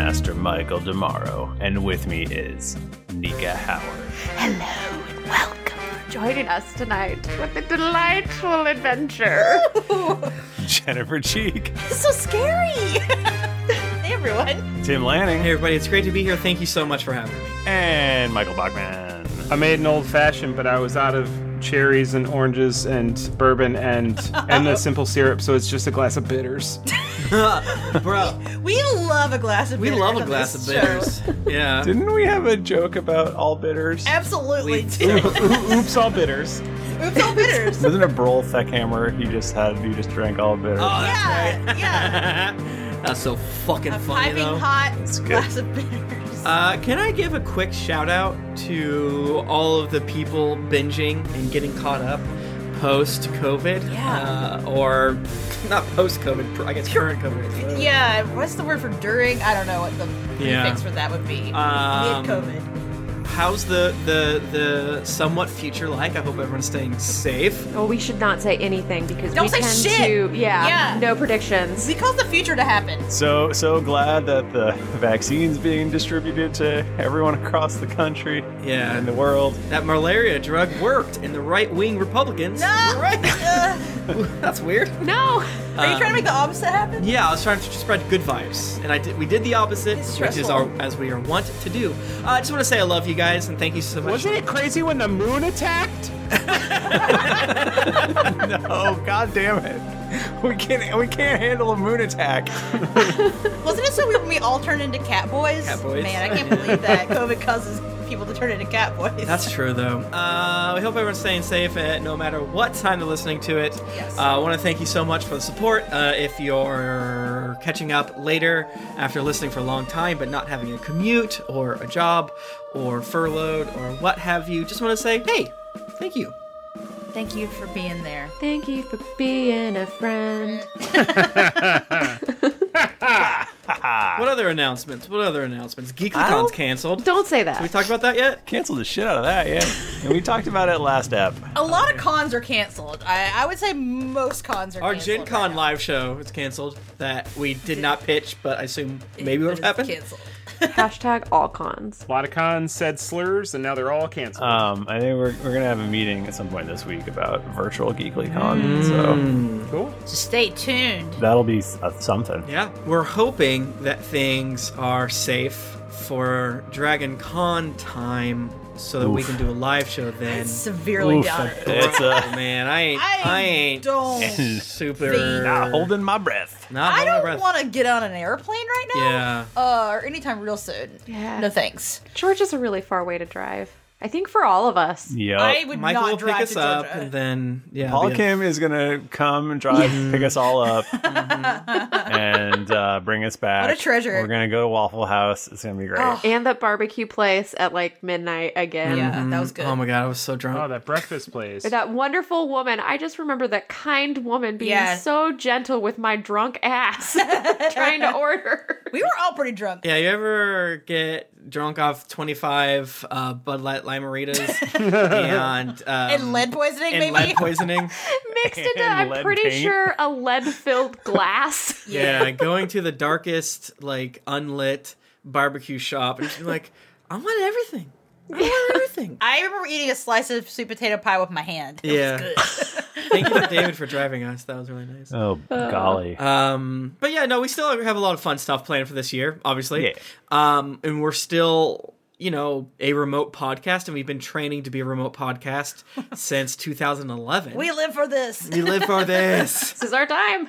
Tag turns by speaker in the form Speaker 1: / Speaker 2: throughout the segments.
Speaker 1: Michael DeMauro, and with me is Nika Howard.
Speaker 2: Hello and welcome for joining us tonight with a delightful adventure.
Speaker 1: Jennifer Cheek.
Speaker 3: This is so scary. hey, everyone.
Speaker 1: Tim Lanning.
Speaker 4: Hey, everybody. It's great to be here. Thank you so much for having me.
Speaker 1: And Michael Bachman.
Speaker 5: I made an old fashioned, but I was out of cherries and oranges and bourbon and and the simple syrup, so it's just a glass of bitters.
Speaker 4: Bro,
Speaker 3: We love a glass of
Speaker 4: we
Speaker 3: bitters.
Speaker 4: love a
Speaker 3: on
Speaker 4: glass of
Speaker 3: this show.
Speaker 4: bitters. Yeah.
Speaker 5: Didn't we have a joke about all bitters?
Speaker 3: Absolutely.
Speaker 4: We-
Speaker 5: Oops, all bitters.
Speaker 3: Oops, all bitters.
Speaker 1: Wasn't it Brol Feckhammer you just had, you just drank all bitter?
Speaker 4: Oh,
Speaker 3: yeah,
Speaker 4: that's
Speaker 3: yeah.
Speaker 4: right. That's so fucking
Speaker 3: A
Speaker 4: funny,
Speaker 3: piping
Speaker 4: though.
Speaker 3: hot
Speaker 1: good.
Speaker 3: glass of bitters.
Speaker 4: Uh, can I give a quick shout out to all of the people binging and getting caught up post COVID?
Speaker 3: Yeah.
Speaker 4: Uh, or not post COVID, I guess current COVID.
Speaker 3: yeah, what's the word for during? I don't know what the
Speaker 4: Yeah.
Speaker 3: prefix for that would be.
Speaker 4: Um,
Speaker 3: Mid COVID.
Speaker 4: How's the, the, the somewhat future like? I hope everyone's staying safe.
Speaker 2: Well, we should not say anything because
Speaker 3: Don't
Speaker 2: we
Speaker 3: say
Speaker 2: tend
Speaker 3: shit.
Speaker 2: to, yeah,
Speaker 3: Yeah.
Speaker 2: no predictions.
Speaker 3: We cause the future to happen.
Speaker 1: So, so glad that the vaccine's being distributed to everyone across the country
Speaker 4: Yeah.
Speaker 1: and the world.
Speaker 4: That malaria drug worked, and the right wing Republicans.
Speaker 3: No.
Speaker 4: Right.
Speaker 3: Uh,
Speaker 4: That's weird.
Speaker 2: No,
Speaker 3: are you
Speaker 4: Um,
Speaker 3: trying to make the opposite happen?
Speaker 4: Yeah, I was trying to spread good vibes, and I did. We did the opposite,
Speaker 3: It's
Speaker 4: which is
Speaker 3: stressful.
Speaker 4: our as we are wont to do. Uh, I just want to say I love you guys and thank you so much.
Speaker 5: Wasn't it crazy when the moon attacked?
Speaker 1: No, god damn it. We can't, we can't handle a moon attack.
Speaker 3: Wasn't it so weird when we all turned into cat boys?
Speaker 4: Cat boys.
Speaker 3: Man, I can't believe that COVID causes people to turn into cat boys.
Speaker 4: That's true, though. Uh, we hope everyone's staying safe uh, no matter what time they're listening to it.
Speaker 3: Yes.
Speaker 4: Uh, I want to thank you so much for the support. Uh, if you're catching up later after listening for a long time but not having a commute or a job or furloughed or what have you, just want to say, hey, thank you.
Speaker 3: Thank you for being there.
Speaker 2: thank you for being a friend.
Speaker 4: What other announcements? What other announcements? GeeklyCon's
Speaker 1: don't-
Speaker 4: canceled.
Speaker 2: Don't say that.
Speaker 4: Have we talked about that yet?
Speaker 1: Canceled the shit out of that, yeah. And we talked about it last ep.
Speaker 3: A lot of cons are canceled. I, I would say most cons are
Speaker 4: Our
Speaker 3: canceled.
Speaker 4: Gen Con
Speaker 3: right now.
Speaker 4: live show is canceled that we did not pitch, but I assume maybe would
Speaker 3: But
Speaker 4: have
Speaker 3: it's
Speaker 4: happened.
Speaker 3: Canceled.
Speaker 2: Hashtag all cons.
Speaker 5: A lot of cons said slurs, and now they're all canceled.
Speaker 1: Um, I think we're, we're gonna have a meeting at some point this week about virtual GeeklyCon, so
Speaker 4: Mm.
Speaker 5: cool.
Speaker 3: So stay tuned.
Speaker 1: that'll be s- uh, something.
Speaker 4: Yeah, we're hoping that things are safe for Dragon Con time so that we
Speaker 1: Oof.
Speaker 4: can do a live show then.
Speaker 3: Severely
Speaker 1: Oof.
Speaker 3: doubted.
Speaker 1: It's
Speaker 4: Oh,
Speaker 1: uh,
Speaker 4: man, I ain't,
Speaker 3: I
Speaker 4: I, ain't
Speaker 3: don't
Speaker 4: super
Speaker 3: think-
Speaker 1: not holding my breath.
Speaker 4: Not
Speaker 3: I
Speaker 4: holding my
Speaker 3: don't
Speaker 4: breath.
Speaker 3: want to get on an airplane right now.
Speaker 4: Yeah.
Speaker 3: Uh, or anytime real soon.
Speaker 2: Yeah.
Speaker 3: No thanks.
Speaker 2: Georgia's a really far way to drive. I think for all of us.
Speaker 1: Yep.
Speaker 3: I would
Speaker 4: Michael
Speaker 3: not
Speaker 4: will
Speaker 3: drive
Speaker 4: pick us
Speaker 3: to
Speaker 4: up
Speaker 3: Georgia.
Speaker 4: and then yeah.
Speaker 1: Paul
Speaker 4: be a-
Speaker 1: Kim is gonna come and drive, pick us all up, and uh, bring us back.
Speaker 3: Mm-hmm. What a treasure.
Speaker 1: We're gonna go to Waffle House. It's gonna be great.
Speaker 3: Oh.
Speaker 2: And that barbecue place at like midnight again.
Speaker 3: Yeah, that was good.
Speaker 4: Oh my god, I was so drunk.
Speaker 5: Oh, that breakfast place.
Speaker 2: That wonderful woman. I just remember that kind woman being
Speaker 3: Yeah.
Speaker 2: so gentle with my drunk ass trying to order.
Speaker 3: We were all pretty drunk.
Speaker 4: Yeah, you ever get drunk off 25 uh, Bud Light Limeritas and, um,
Speaker 3: And lead poisoning,
Speaker 4: and
Speaker 3: maybe?
Speaker 4: lead poisoning?
Speaker 2: Mixed into,
Speaker 1: And
Speaker 2: I'm
Speaker 1: lead
Speaker 2: pretty
Speaker 1: paint.
Speaker 2: sure, a lead filled glass.
Speaker 4: yeah. going to the darkest, like, unlit barbecue shop and just be like, I want everything. I want everything.
Speaker 3: I remember eating a slice of sweet potato pie with my hand. It
Speaker 4: Yeah.
Speaker 3: was good.
Speaker 4: Thank you to David for driving us. That was really nice.
Speaker 1: Oh, golly!
Speaker 4: Um, but yeah, no, we still have a lot of fun stuff planned for this year, obviously.
Speaker 1: Yeah.
Speaker 4: Um, and we're still, you know, a remote podcast, and we've been training to be a remote podcast since 2011.
Speaker 3: we live for this.
Speaker 4: we live for this.
Speaker 2: This is our time.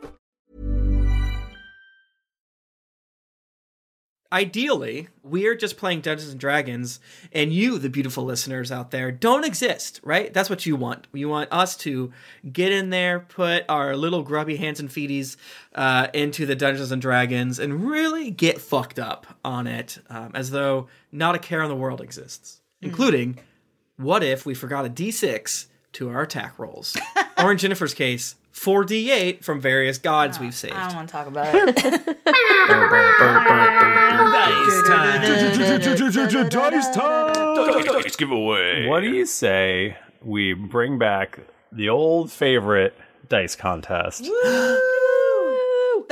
Speaker 4: ideally, we're just playing Dungeons and Dragons, and you, the beautiful listeners out there, don't exist, right? That's what you want. You want us to get in there, put our little grubby hands and feeties uh, into the Dungeons and Dragons, and really get fucked up on it, um, as though not a care in the world exists, including what if we forgot a d6 to our attack rolls, or in Jennifer's case, 4d8 from various gods we've saved.
Speaker 3: I don't want to talk about it. Ah.
Speaker 4: Dice
Speaker 5: Dice time.
Speaker 1: Dice giveaway. What do you say we bring back the old favorite dice contest?
Speaker 3: the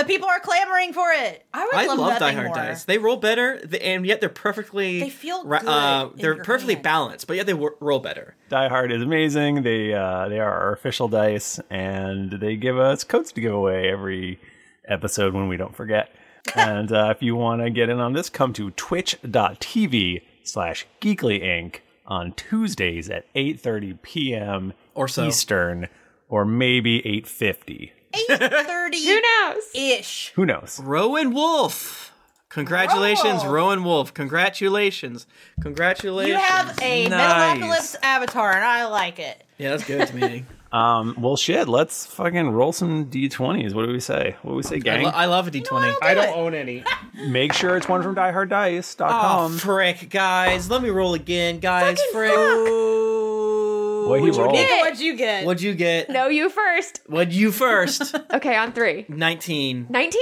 Speaker 3: people are clamoring for it. I would
Speaker 4: I
Speaker 3: love,
Speaker 4: love
Speaker 3: nothing
Speaker 4: Die Hard
Speaker 3: more.
Speaker 4: dice. They roll better, th- and yet they're perfectly
Speaker 3: They feel
Speaker 4: ra-
Speaker 3: good
Speaker 4: Uh,
Speaker 3: in
Speaker 4: they're
Speaker 3: your
Speaker 4: perfectly
Speaker 3: hand.
Speaker 4: balanced, but yet they w- roll better.
Speaker 1: Die Hard is amazing. They uh, they are our official dice, and they give us codes to give away every episode when we don't forget. and uh, if you want to get in on this, come to twitch.tv slash geeklyinc on Tuesdays at 8.30 p.m.
Speaker 4: Or so.
Speaker 1: Eastern, or maybe 8.50.
Speaker 3: 830
Speaker 2: Who knows?
Speaker 3: ish.
Speaker 1: Who knows?
Speaker 4: Rowan Wolf, congratulations, Rowan Wolf, congratulations, congratulations.
Speaker 3: You have a
Speaker 4: Nice.
Speaker 3: Metalocalypse avatar, and I like it.
Speaker 4: Yeah, that's good to me.
Speaker 1: Um, well, shit, let's fucking roll some d20s. What do we say? What do we say,
Speaker 4: I,
Speaker 1: gang?
Speaker 4: lo- I love a D twenty.
Speaker 5: I don't own any.
Speaker 1: Make sure it's one from
Speaker 4: Oh
Speaker 1: dieharddice.com.
Speaker 4: frick, guys! Let me roll again, guys.
Speaker 3: Fucking
Speaker 4: Frick.
Speaker 3: fuck.
Speaker 1: what he rolled.
Speaker 3: Nico, what'd you get?
Speaker 4: What'd you get?
Speaker 2: No, you first.
Speaker 4: What'd you first?
Speaker 2: Okay, on three.
Speaker 4: Nineteen.
Speaker 2: 19?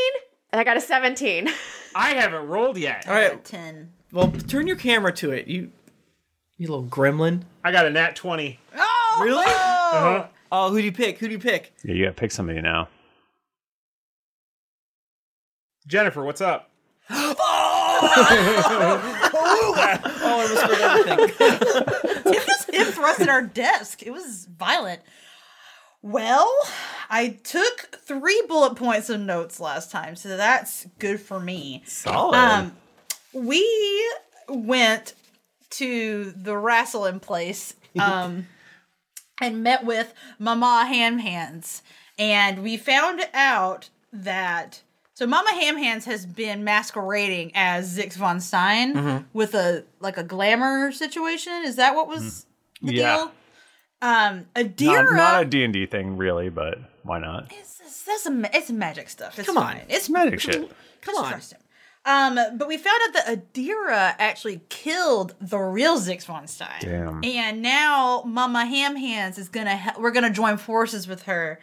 Speaker 2: I got a 17.
Speaker 5: I haven't rolled yet.
Speaker 4: All right.
Speaker 3: 10.
Speaker 4: Well, turn your camera to it. You, you little gremlin.
Speaker 5: I got a nat 20.
Speaker 3: Oh!
Speaker 4: Really?
Speaker 5: Uh-huh.
Speaker 4: Oh, who do you pick? Who do you pick?
Speaker 1: Yeah, you gotta pick somebody now.
Speaker 5: Jennifer, what's up?
Speaker 4: Oh, I almost spilled everything.
Speaker 3: It just hit for us at our desk. It was violent. Well, I took three bullet points of notes last time, so that's good for me.
Speaker 1: Solid.
Speaker 3: Um, we went to the wrestling place um, and met with Mama Ham Hands, and we found out that so Mama Ham Hands has been masquerading as Zix von Stein with a like a glamour situation. Is that what was the
Speaker 1: Yeah.
Speaker 3: deal? Um, Adira,
Speaker 1: not, not a D&D thing, really, but why not?
Speaker 3: it's, that's a, ma- it's magic stuff. It's
Speaker 4: Come on.
Speaker 3: fine. it's
Speaker 1: Magic shit.
Speaker 3: Come on. Trust him. Um, but we found out that Adira actually killed the real Zix von Stein.
Speaker 1: Damn.
Speaker 3: And now Mama Ham Hands is gonna he- we're gonna join forces with her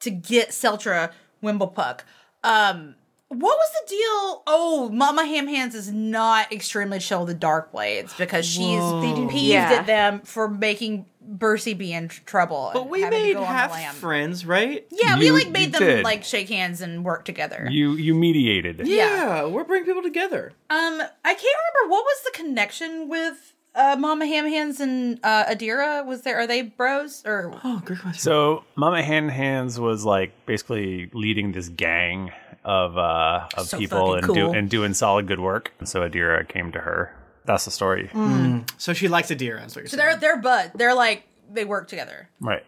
Speaker 3: to get Seltra Wimblepuck. Um, what was the deal? Oh, Mama Ham Hands is not extremely chill with the Dark Blades because she's peeved
Speaker 2: Yeah.
Speaker 3: at them for making Bercy be in tr- trouble.
Speaker 4: But
Speaker 3: and
Speaker 4: we
Speaker 3: having to
Speaker 4: made
Speaker 3: go on the lam.
Speaker 4: half friends, right?
Speaker 3: Yeah, we
Speaker 1: You-
Speaker 3: like
Speaker 1: you
Speaker 3: made them
Speaker 1: did.
Speaker 3: like shake hands and work together.
Speaker 1: You you mediated.
Speaker 4: Yeah, we're bringing people together.
Speaker 3: Um, I can't remember what was the connection with uh, Mama Ham Hands and uh, Adira. Was there? Are they bros or?
Speaker 4: Oh, good question.
Speaker 1: So Mama Hand Hands was like basically leading this gang of uh of people and do,
Speaker 3: cool.
Speaker 1: and doing solid good work. So Adira came to her. That's the story.
Speaker 3: Mm.
Speaker 1: Mm.
Speaker 5: Hmm.
Speaker 4: So she likes Adira. Is what you're
Speaker 3: So
Speaker 4: saying.
Speaker 3: they're they're bud. They're like they work together.
Speaker 1: Right.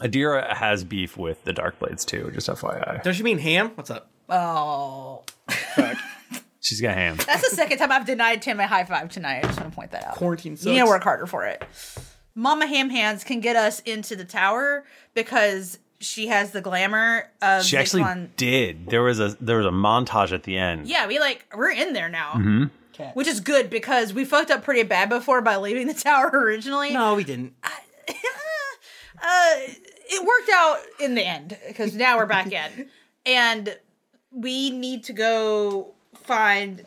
Speaker 1: Adira has beef with the Darkblades too, just FYI.
Speaker 4: Don't you mean ham? What's up?
Speaker 3: Oh,
Speaker 1: She's got ham.
Speaker 3: that's the second time I've denied Tim a high five tonight. I just want to point that out.
Speaker 4: Quarantine
Speaker 3: You need to work harder for it. Mama Ham Hands can get us into the tower because she has the glamour of
Speaker 1: She actually
Speaker 3: Zaquan-
Speaker 1: did. There was a there was a montage at the end.
Speaker 3: Yeah, we like we're in there now.
Speaker 1: hmm
Speaker 3: Which is good because we fucked up pretty bad before by leaving the tower originally.
Speaker 4: No, we didn't.
Speaker 3: Uh, it worked out in the end because now we're back in, and we need to go find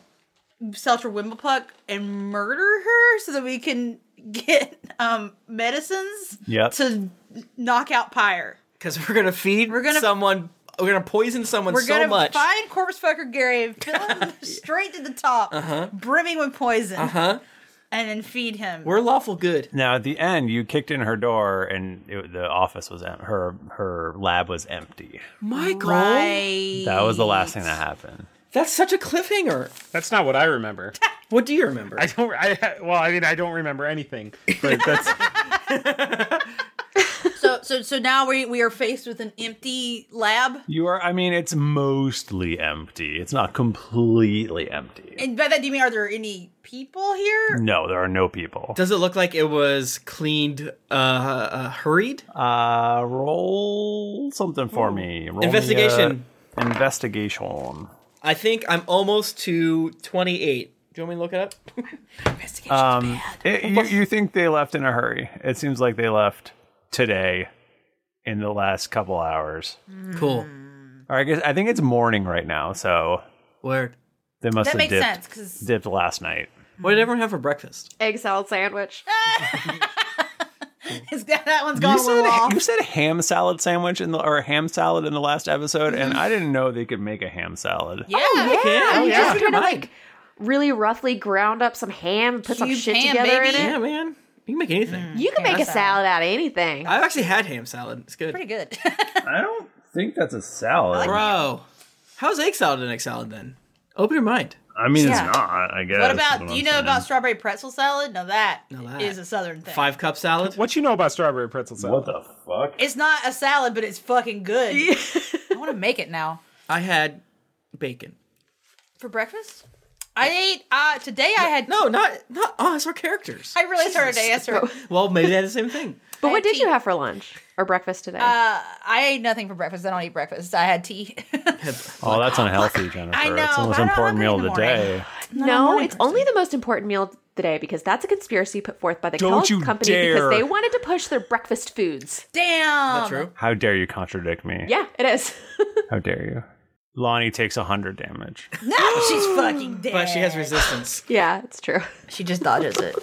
Speaker 3: Seltra Wimblepuck and murder her so that we can get um medicines
Speaker 4: Yep.
Speaker 3: to knock out Pyre.
Speaker 4: Because we're gonna feed we're gonna, someone. We're gonna poison someone
Speaker 3: we're
Speaker 4: so
Speaker 3: gonna
Speaker 4: much.
Speaker 3: find corpse fucker Gary, fill him straight to the top,
Speaker 4: Uh huh.
Speaker 3: brimming with poison,
Speaker 1: Uh
Speaker 4: Uh-huh.
Speaker 1: huh.
Speaker 3: and then feed him.
Speaker 4: We're lawful good.
Speaker 1: Now at the end, you kicked in her door, and it, the office was em- her her lab was empty.
Speaker 4: Michael.
Speaker 1: That was the last thing that happened.
Speaker 4: That's such a cliffhanger.
Speaker 5: That's not what I remember.
Speaker 4: what do you remember?
Speaker 5: I don't. I well, I mean, I don't remember anything. But that's
Speaker 3: So so so now we we are faced with an empty lab.
Speaker 1: You are. I mean, it's mostly empty. It's not completely empty.
Speaker 3: And by that do you mean are there any people here?
Speaker 1: No, there are no people.
Speaker 4: Does it look like it was cleaned, uh, uh hurried?
Speaker 1: Uh, roll something for me. Roll me a-
Speaker 4: Investigation.
Speaker 1: investigation.
Speaker 4: I think I'm almost to 28. Do you want me to look it up?
Speaker 3: Hmm.
Speaker 1: Um, it- you, you think they left in a hurry? It seems like they left today, in the last couple hours.
Speaker 4: Cool.
Speaker 1: Or I guess I think it's morning right now, so
Speaker 4: word.
Speaker 1: They must
Speaker 2: That
Speaker 1: have
Speaker 2: makes
Speaker 1: dipped,
Speaker 2: sense, 'cause-
Speaker 1: dipped last night.
Speaker 4: What did everyone have for breakfast?
Speaker 2: Egg salad sandwich.
Speaker 3: Is that, that one's gone
Speaker 1: You
Speaker 3: a little
Speaker 1: said,
Speaker 3: off.
Speaker 1: you said ham salad sandwich in the or ham salad in the last episode, and I didn't know they could make a ham salad.
Speaker 3: Yeah,
Speaker 2: yeah.
Speaker 1: you can. Oh,
Speaker 2: You
Speaker 1: yeah.
Speaker 2: just
Speaker 1: Look at
Speaker 2: kind of
Speaker 1: mine.
Speaker 2: like really roughly ground up some ham, put some
Speaker 4: Cubed
Speaker 2: shit
Speaker 4: ham,
Speaker 2: together in
Speaker 4: baby.
Speaker 2: it.
Speaker 4: Yeah, man. Uh, You can make anything.
Speaker 2: You can make a salad out of anything.
Speaker 4: I've actually had ham salad. It's good.
Speaker 3: Pretty good.
Speaker 1: I think that's a salad,
Speaker 4: Bro, how's egg salad an egg salad then? Open your mind.
Speaker 1: I
Speaker 4: mean,
Speaker 3: it's Yeah.
Speaker 1: not. I guess.
Speaker 3: what about do you know about strawberry pretzel salad? No, that is a southern thing.
Speaker 4: five cup salad?
Speaker 5: What you know about strawberry pretzel salad? What
Speaker 1: the fuck?
Speaker 3: It's not a salad, but it's fucking good. I want to make it now
Speaker 4: I had bacon.
Speaker 3: for breakfast. I ate uh today. I had
Speaker 4: no, not not us. Our characters.
Speaker 3: I really started to
Speaker 4: Jesus.
Speaker 3: answer.
Speaker 4: Well, maybe they had the same thing.
Speaker 2: but what did you have for lunch or breakfast today?
Speaker 3: Uh, I ate nothing for breakfast. I don't eat breakfast. I had tea.
Speaker 1: Oh, that's unhealthy, Jennifer.
Speaker 3: I
Speaker 1: it's the
Speaker 3: know,
Speaker 1: most
Speaker 3: but I don't
Speaker 1: important meal of the
Speaker 3: hungry in the
Speaker 1: day.
Speaker 2: no, it's only the most important meal today because that's a conspiracy put forth by the
Speaker 1: Don't
Speaker 2: health
Speaker 1: you
Speaker 2: company
Speaker 1: dare.
Speaker 2: because they wanted to push their breakfast foods.
Speaker 3: Damn.
Speaker 4: Is that true?
Speaker 1: How dare you contradict me?
Speaker 2: Yeah, it is.
Speaker 1: How dare you? Lonnie takes hundred damage.
Speaker 3: No, she's fucking dead.
Speaker 4: But she has resistance.
Speaker 2: Yeah, it's true.
Speaker 3: She just dodges it.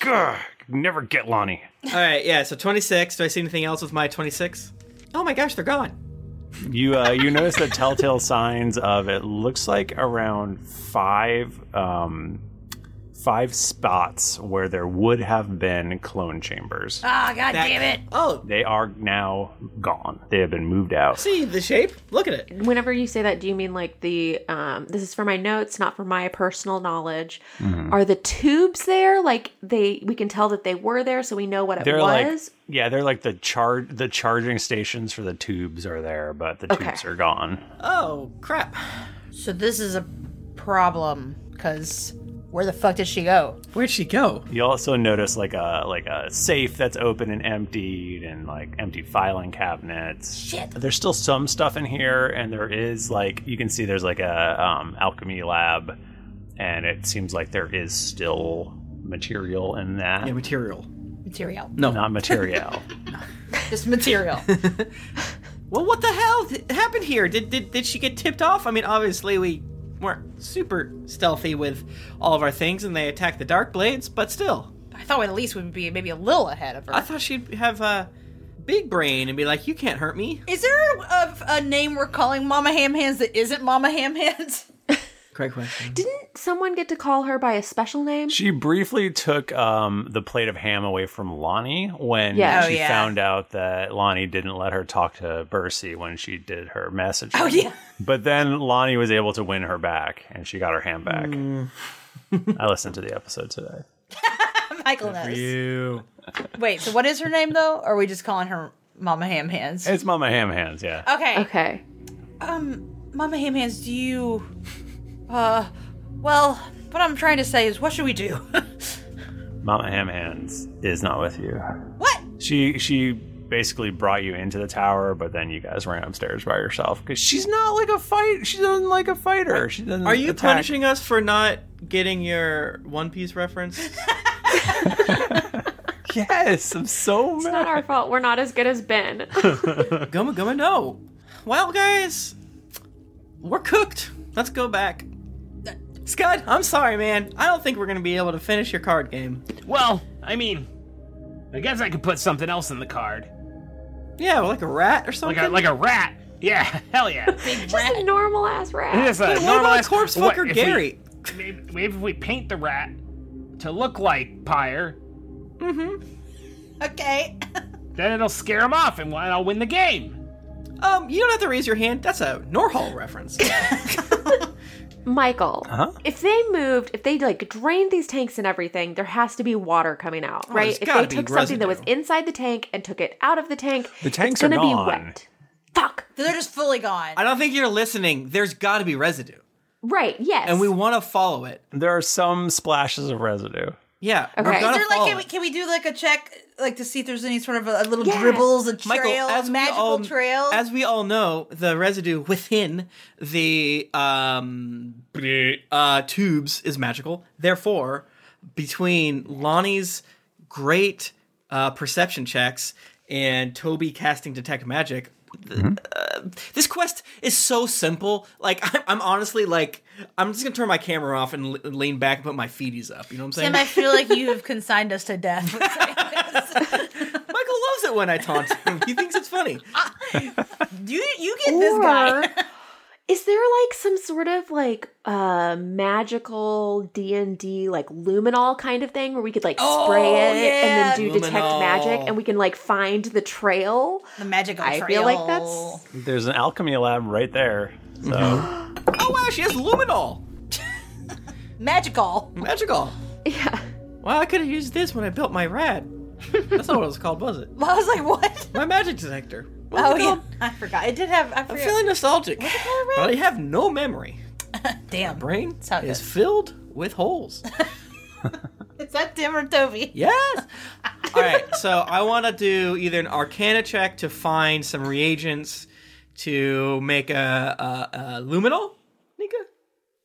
Speaker 1: Grr, never get Lonnie.
Speaker 4: All right, yeah. So 26. Do I see anything else with my 26? Oh my gosh, they're gone.
Speaker 1: You uh, you notice the telltale signs of it looks like around five um, five spots where there would have been clone chambers.
Speaker 3: Ah, god
Speaker 4: That-
Speaker 3: damn it.
Speaker 4: Oh,
Speaker 1: They are now gone. They have been moved out.
Speaker 4: see the shape. Look at it.
Speaker 2: Whenever you say that, do you mean like the um this is for my notes, not for my personal knowledge?
Speaker 1: Mhm.
Speaker 2: Are the tubes there? Like they we can tell that they were there so we know what it
Speaker 1: They're like
Speaker 2: was.
Speaker 1: yeah, they're like the charge the charging stations for the tubes are there, but the tubes are gone.
Speaker 4: Oh crap.
Speaker 3: So this is a problem because where the fuck did she go?
Speaker 4: Where'd she go?
Speaker 1: You also notice like a like a safe that's open and emptied, and like empty filing cabinets. Shit. There's still some stuff in here, and there is like you can see there's like a um, alchemy lab, and it seems like there is still material in that.
Speaker 4: Yeah, material.
Speaker 3: Material.
Speaker 1: No, not material.
Speaker 3: Just material.
Speaker 4: Well, what the hell th- happened here? Did, did did she get tipped off? I mean, obviously we weren't super stealthy with all of our things, and they attacked the dark blades. But still,
Speaker 3: I thought at least would be maybe a little ahead of her.
Speaker 4: I thought she'd have a big brain and be like, "You can't hurt me."
Speaker 3: is there a, a name we're calling Mama Ham Hands that isn't Mama Ham Hands?
Speaker 4: Great question.
Speaker 2: Didn't someone get to call her by a special name?
Speaker 1: she briefly took um, the plate of ham away from Lonnie when
Speaker 2: Yeah. Oh,
Speaker 1: she
Speaker 2: yeah.
Speaker 1: found out that Lonnie didn't let her talk to Bercy when she did her message.
Speaker 3: Oh yeah.
Speaker 1: But then Lonnie was able to win
Speaker 3: Mm.
Speaker 1: her back, and she got her hand back. I listened to the episode today.
Speaker 3: Michael knows.
Speaker 4: You.
Speaker 3: Wait, so what is her name though? Or are we just calling her Mama Ham Hands?
Speaker 1: It's Mama Ham Hands, yeah.
Speaker 3: Okay. Okay. Um, Mama Ham Hands, do you? Uh, well, what I'm trying to say is, what should we do?
Speaker 1: Mama Ham Hands is not with you.
Speaker 3: What?
Speaker 1: She she basically brought you into the tower, but then you guys ran upstairs by yourself because she's not like a fight. She doesn't like a fighter. She doesn't.
Speaker 4: Are you
Speaker 1: attack.
Speaker 4: punishing us for not getting your One Piece reference?
Speaker 1: yes, I'm so
Speaker 2: It's not our fault. We're not as good as Ben.
Speaker 4: Gumma Gumma, no. Well, guys, we're cooked. Let's go back. Scud, I'm sorry, man. I don't think we're gonna be able to finish your card game.
Speaker 5: Well, I mean, I guess I could put something else in the card.
Speaker 4: Yeah, like a rat or something.
Speaker 5: Uh, Like a, like a rat. Yeah, hell yeah.
Speaker 2: Just a normal ass rat.
Speaker 5: It is a
Speaker 4: But what
Speaker 5: normal
Speaker 4: about
Speaker 5: ass-
Speaker 4: corpse
Speaker 5: what
Speaker 4: fucker
Speaker 5: if we-
Speaker 4: Gary?
Speaker 5: maybe, maybe if we paint the rat to look like Pyre,
Speaker 3: mm-hmm. Okay.
Speaker 5: then it'll scare him off and I'll win the game.
Speaker 4: Um, you don't have to raise your hand. That's a Norhall reference.
Speaker 2: Michael,
Speaker 4: Uh-huh.
Speaker 2: if they moved, if they like drained these tanks and everything, there has to be water coming out,
Speaker 4: Oh,
Speaker 2: right?
Speaker 4: there's
Speaker 2: If they
Speaker 4: gotta
Speaker 2: took
Speaker 4: be
Speaker 2: something that was inside the tank and took it out of the tank,
Speaker 1: The tanks
Speaker 2: it's gonna
Speaker 4: are
Speaker 2: be
Speaker 4: gone.
Speaker 2: wet.
Speaker 3: They're just fully gone.
Speaker 4: I don't think you're listening. There's got to be residue,
Speaker 2: Right? Yes.
Speaker 4: and we want to follow it.
Speaker 1: There are some splashes of residue.
Speaker 4: Yeah,
Speaker 2: Okay.
Speaker 4: we're
Speaker 2: Is
Speaker 3: Is
Speaker 4: gonna
Speaker 3: there like
Speaker 4: follow.
Speaker 3: can we, can we do like a check like to see if there's any sort of a, a little
Speaker 2: Yeah.
Speaker 3: dribbles, a trail,
Speaker 4: Michael, as
Speaker 3: a
Speaker 4: we
Speaker 3: magical
Speaker 4: all-
Speaker 3: trail?
Speaker 4: As we all know, the residue within the um, uh, tubes is magical. Therefore, between Lonnie's great uh, perception checks and Toby casting detect magic, th- uh, this quest is so simple. Like I'm, I'm honestly like I'm just gonna turn my camera off and l- lean back and put my feeties up. You know what I'm saying?
Speaker 3: Tim, I feel like you have consigned us to death.
Speaker 4: Michael loves it when I taunt him. He thinks it's funny.
Speaker 3: you you get this guy.
Speaker 2: Or is there like some sort of like uh magical D and D like luminol kind of thing where we could like
Speaker 3: Oh,
Speaker 2: spray it
Speaker 3: yeah.
Speaker 2: and then do detect
Speaker 4: Luminol.
Speaker 2: magic and we can like find the trail?
Speaker 3: The magical
Speaker 2: I
Speaker 3: trail.
Speaker 2: feel like that's
Speaker 1: There's an alchemy lab right there. So
Speaker 5: Mm-hmm.
Speaker 4: Oh wow, she has luminol.
Speaker 3: magical.
Speaker 4: Magical.
Speaker 2: yeah.
Speaker 4: Well, I could have used this when I built my rad. That's not what it was called, was it?
Speaker 3: I was like, what?
Speaker 4: My magic detector. What
Speaker 3: Oh
Speaker 4: was it
Speaker 3: yeah,
Speaker 4: called?
Speaker 3: I forgot. It did have. I
Speaker 4: I'm
Speaker 3: forgot.
Speaker 4: feeling nostalgic, but I have no memory.
Speaker 3: Damn.
Speaker 4: Brain
Speaker 3: how it
Speaker 4: is
Speaker 3: goes.
Speaker 4: filled with holes.
Speaker 3: Is that Tim or Toby? Oh,
Speaker 4: Yes. All right, so I want to do either an Arcana check to find some reagents to make a, a, a luminal.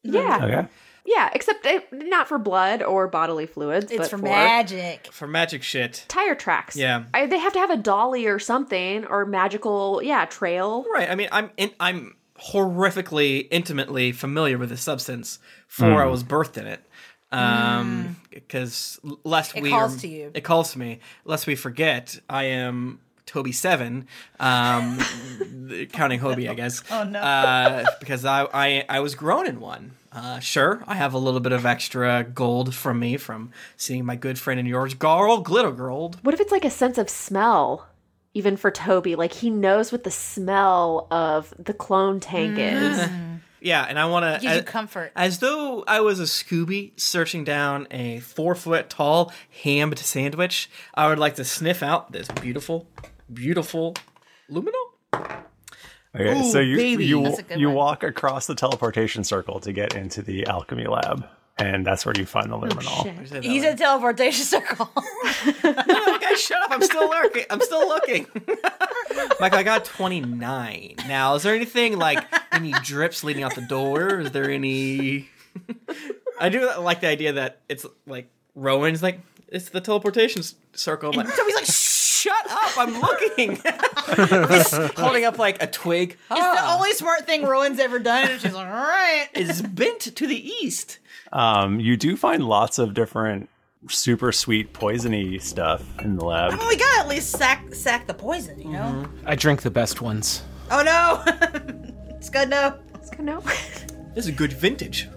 Speaker 3: Mm-hmm.
Speaker 2: Yeah. Yeah, except it, not for blood or bodily fluids.
Speaker 3: It's
Speaker 2: but
Speaker 3: for magic.
Speaker 4: for magic shit.
Speaker 2: Tire tracks.
Speaker 4: Yeah.
Speaker 2: I, they have to have a dolly or something or magical, yeah, trail.
Speaker 4: Right. I mean, I'm in, I'm horrifically intimately familiar with the substance for I
Speaker 1: Mm.
Speaker 4: was birthed in it. Um, because lest
Speaker 3: Hmm. It
Speaker 4: we
Speaker 3: calls to you.
Speaker 4: it calls to me. Lest we forget, I am Toby Seven, um, th- counting Hobie, I guess.
Speaker 3: Oh, no.
Speaker 4: Uh, because I, I I was grown in one. Uh, sure, I have a little bit of extra gold from me from seeing my good friend and yours, Garl Glittergold.
Speaker 2: What if it's like a sense of smell, even for Toby? Like he knows what the smell of the clone tank
Speaker 3: Mm.
Speaker 2: is.
Speaker 4: Yeah, and I want
Speaker 3: Gives you
Speaker 4: to
Speaker 3: comfort.
Speaker 4: As though I was a Scooby searching down a four foot tall hammed sandwich, I would like to sniff out this beautiful, beautiful luminal.
Speaker 1: okay,
Speaker 4: Ooh,
Speaker 1: so you
Speaker 4: baby.
Speaker 1: you
Speaker 4: That's a good
Speaker 1: you
Speaker 4: one.
Speaker 1: walk across the teleportation circle to get into the alchemy lab, and that's where you find
Speaker 5: Oh,
Speaker 1: the luminol.
Speaker 3: He's in teleportation circle.
Speaker 4: no, guys, shut up! I'm still lurking. I'm still looking. Michael, I got 29. Now, is there anything like any drips leading out the door? Is there any? I do like the idea that it's like Rowan's like it's the teleportation s- circle. I'm like, Toby's like, shut up! I'm looking. holding up like a twig.
Speaker 3: It's the only smart thing Rowan's ever done, and she's like, all right.
Speaker 4: It's bent to the east.
Speaker 1: Um, you do find lots of different super sweet poisony stuff in the lab.
Speaker 3: Well, we gotta at least sack sack the poison, you know.
Speaker 5: I drink the best ones.
Speaker 3: Oh no, it's good no. It's
Speaker 2: good no.
Speaker 4: This is a good vintage.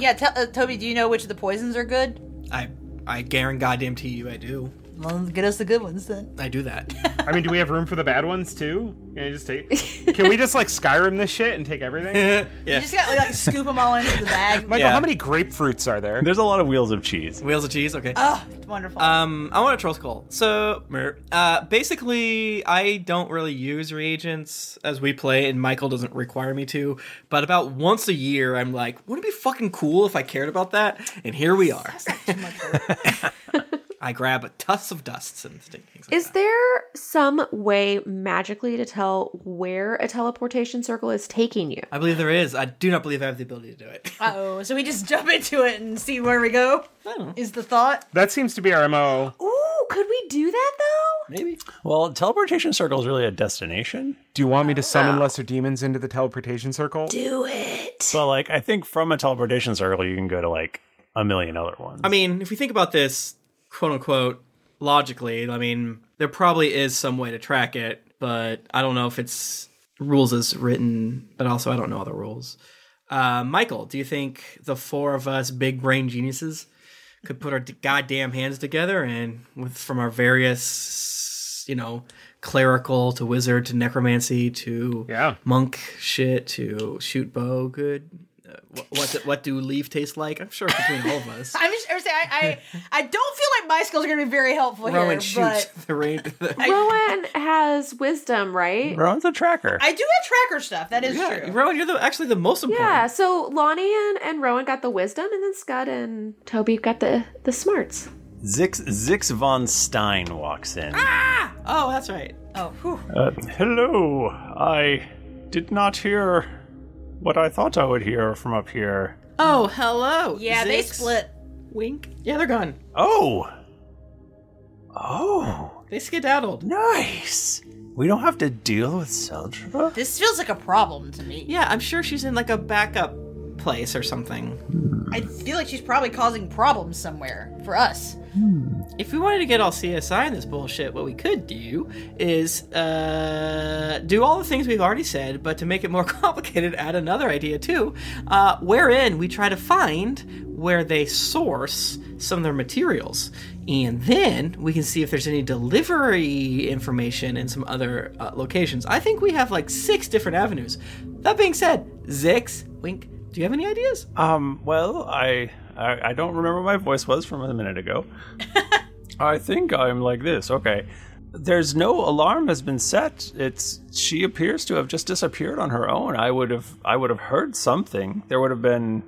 Speaker 3: yeah, tell, uh, Toby, do you know which of the poisons are good?
Speaker 4: I I guarantee goddamn to you I do.
Speaker 3: Well, get us the good ones then.
Speaker 4: I do that.
Speaker 5: I mean, do we have room for the bad ones too? Can I just take? Can we just like Skyrim this shit and take everything?
Speaker 4: yeah.
Speaker 3: You just gotta like scoop them all into the bag.
Speaker 5: Michael, how many grapefruits are there?
Speaker 1: There's a lot of wheels of cheese.
Speaker 4: Wheels of cheese. Okay.
Speaker 3: Oh, it's wonderful.
Speaker 4: Um, I want a troll skull. So, mer- uh, basically, I don't really use reagents as we play, and Michael doesn't require me to. But about once a year, I'm like, wouldn't it be fucking cool if I cared about that? And here we are. I grab a tuss of dust and things.
Speaker 2: Is there some way magically to tell where a teleportation circle is taking you?
Speaker 4: I believe there is. I do not believe I have the ability to do it.
Speaker 3: oh, so we just jump into it and see where we go. Is the thought?
Speaker 5: That seems to be our mo.
Speaker 2: Ooh, could we do that though?
Speaker 4: Maybe.
Speaker 1: Well, teleportation circle is really a destination,
Speaker 5: Do you want me to summon lesser demons into the teleportation circle?
Speaker 2: Do it.
Speaker 1: but like I think from a teleportation circle you can go to like a million other ones.
Speaker 4: I mean, if we think about this, quote unquote, logically, I mean, there probably is some way to track it, but I don't know if it's rules as written, but also I don't know all the rules. Uh, Michael, do you think the four of us big brain geniuses could put our d- goddamn hands together and with from our various, you know, clerical to wizard to necromancy to
Speaker 5: Yeah.
Speaker 4: monk shit to shoot bow good? Uh, wh- what, do- what do leaf taste like? I'm sure between all of us.
Speaker 3: I'm just I'm saying I, I I don't feel like my skills are gonna be very helpful here,
Speaker 4: Rowan shoots
Speaker 3: but
Speaker 4: the rain.
Speaker 2: Rowan has wisdom, right?
Speaker 1: Rowan's a tracker.
Speaker 3: I do have tracker stuff. That is
Speaker 4: yeah,
Speaker 3: true.
Speaker 4: Rowan, you're the actually the most important.
Speaker 2: Yeah, so Lonnie and, and Rowan got the wisdom, and then Scott and Toby got the, the smarts.
Speaker 1: Zix Zix von Stein walks in.
Speaker 4: Oh, that's right.
Speaker 3: Oh, whew.
Speaker 1: Uh, hello. I did not hear what I thought I would hear from up here.
Speaker 4: Oh, hello.
Speaker 3: yeah, they
Speaker 4: Zix.
Speaker 3: split.
Speaker 4: Wink. Yeah, they're gone.
Speaker 1: Oh. Oh,
Speaker 4: They skedaddled.
Speaker 1: nice. We don't have to deal with Seldra.
Speaker 3: This feels like a problem to me.
Speaker 4: Yeah, I'm sure she's in like a backup place or something.
Speaker 3: I feel like she's probably causing problems somewhere for us.
Speaker 4: Hmm. If we wanted to get all CSI in this bullshit, what we could do is uh, do all the things we've already said, but to make it more complicated, add another idea too, uh, wherein we try to find where they source some of their materials. And then we can see if there's any delivery information in some other uh, locations. I think we have like six different avenues. That being said, Zix, Wink, do you have any ideas?
Speaker 1: Um, well, I, I I don't remember what my voice was from a minute ago. I think I'm like this. Okay. There's no alarm has been set. It's she appears to have just disappeared on her own. I would have I would have heard something. There would have been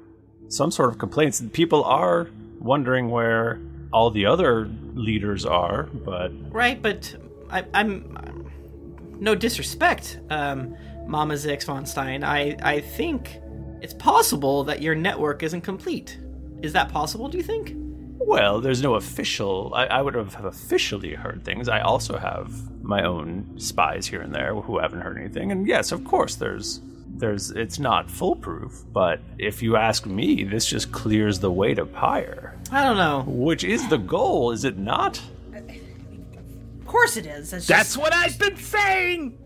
Speaker 1: some sort of complaints. People are wondering where all the other leaders are, but
Speaker 4: Right, but I, I'm, I'm- no disrespect, um, Mama Zix von Stein. I I think it's possible that your network isn't complete. Is that possible? Do you think?
Speaker 1: Well, there's no official. I, I would have have officially heard things. I also have my own spies here and there who haven't heard anything. And yes, of course, there's there's it's not foolproof. But if you ask me, this just clears the way to Pyre,
Speaker 4: I don't know.
Speaker 1: which is the goal, is it not?
Speaker 3: Of course it is. It's
Speaker 5: That's what I've been saying.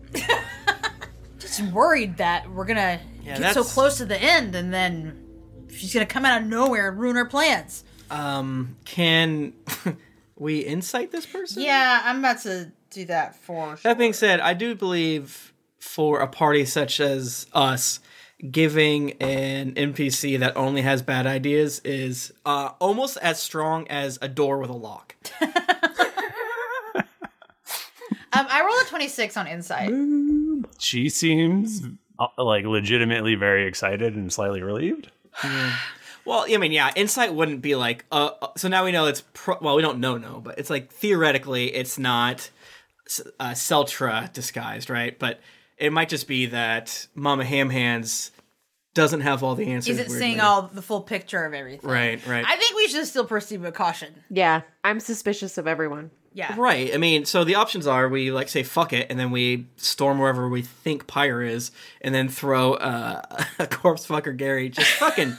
Speaker 3: just worried that we're gonna get so
Speaker 4: that's-
Speaker 3: close to the end and then she's gonna come out of nowhere and ruin our plans.
Speaker 4: Um, can we incite this person?
Speaker 3: Yeah, I'm about to do that for sure.
Speaker 4: That being said, I do believe for a party such as us, giving an NPC that only has bad ideas is uh, almost as strong as a door with a lock.
Speaker 3: Um, I roll a 26 on insight.
Speaker 1: She seems uh, like legitimately very excited and slightly relieved.
Speaker 4: Well, I mean, yeah, insight wouldn't be like. Uh, uh, so now we know it's. Pro- well, we don't know, no, but it's like theoretically, it's not S- uh, Seltra disguised, right? But it might just be that Mama Ham Hands doesn't have all the answers.
Speaker 3: Isn't seeing
Speaker 4: weirdly.
Speaker 3: all the full picture of everything.
Speaker 4: Right, right,
Speaker 3: I think we should still proceed with caution.
Speaker 2: Yeah, I'm suspicious of everyone.
Speaker 3: Yeah.
Speaker 4: right. I mean, so the options are we like say fuck it, and then we storm wherever we think Pyre is, and then throw uh, a corpse fucker Gary just fucking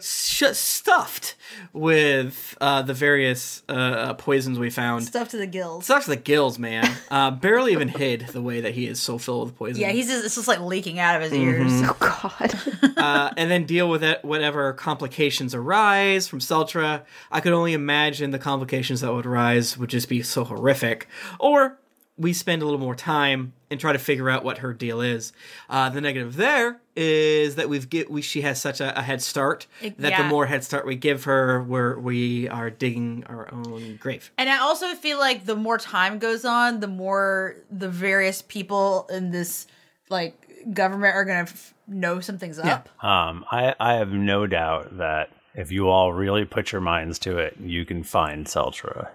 Speaker 4: sh- stuffed with uh, the various uh, poisons we found.
Speaker 3: Stuff to the gills.
Speaker 4: Sucks the gills, man. Uh, barely even hid the way that he is so filled with poison.
Speaker 3: yeah, he's just, it's just like leaking out of his ears.
Speaker 2: Oh, God.
Speaker 4: uh, and then deal with it whatever complications arise from Seltra. I could only imagine the complications that would arise would just be so horrific. Or we spend a little more time and try to figure out what her deal is. Uh, the negative there is that we've get we she has such a, a head start
Speaker 3: It-
Speaker 4: that the
Speaker 3: yeah.
Speaker 4: more head start we give her, we're we are digging our own grave.
Speaker 3: And I also feel like the more time goes on, the more the various people in this like government are gonna f- know something's up.
Speaker 1: Um, I, I have no doubt that if you all really put your minds to it, you can find Seltra.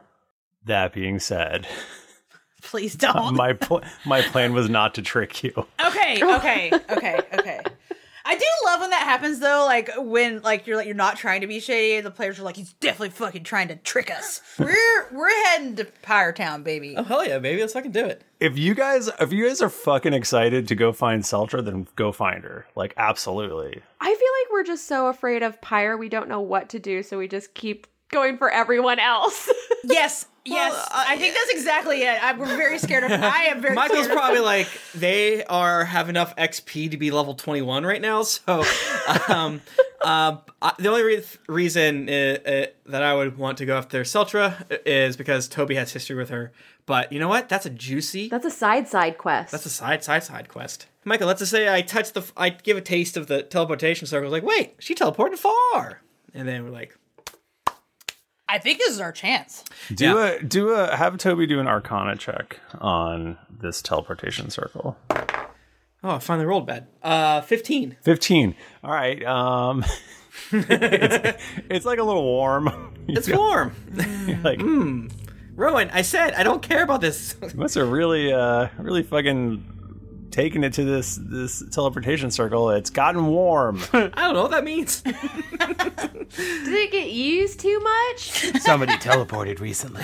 Speaker 1: That being said,
Speaker 3: Please
Speaker 4: Oh.
Speaker 3: don't.
Speaker 1: my pl- my plan was not to trick you.
Speaker 3: Okay, okay, okay, okay. I do love when that happens though, like when like you're like you're not trying to be shady, the players are like, he's definitely fucking trying to trick us. We're we're heading to Pyre Town, baby. Oh
Speaker 4: hell yeah, baby, let's fucking do it.
Speaker 1: If you guys if you guys are fucking excited to go find Seltra, then go find her. Like absolutely.
Speaker 2: I feel like we're just so afraid of Pyre, we don't know what to do, so we just keep going for everyone else. uh,
Speaker 3: yes, yes. I think that's exactly it. I, we're very scared of I am very
Speaker 4: Michael's
Speaker 3: scared of-
Speaker 4: probably like they are have enough XP to be level 21 right now. So, um, uh, I- the only re- reason uh, uh, that I would want to go after Seltra uh, is because Toby has history with her. But you know what? That's a juicy.
Speaker 2: That's a side side quest.
Speaker 4: That's a side side side quest. Michael, let's just say I touch the, I give a taste of the teleportation circle. I was like, wait, she teleported far, and then we're like,
Speaker 3: I think this is our chance.
Speaker 1: Do a do a have Toby do an Arcana check on this teleportation circle.
Speaker 4: oh, I finally rolled bad. Uh, 15.
Speaker 1: 15. All right. Um it's, it's like a little warm.
Speaker 4: It's warm.
Speaker 1: like
Speaker 4: Mm. Rowan, I said I don't care about this.
Speaker 1: You must have really, uh, really fucking taken it to this this teleportation circle. It's gotten warm.
Speaker 4: I don't know what that means.
Speaker 2: Did it get used too much?
Speaker 1: Somebody teleported recently.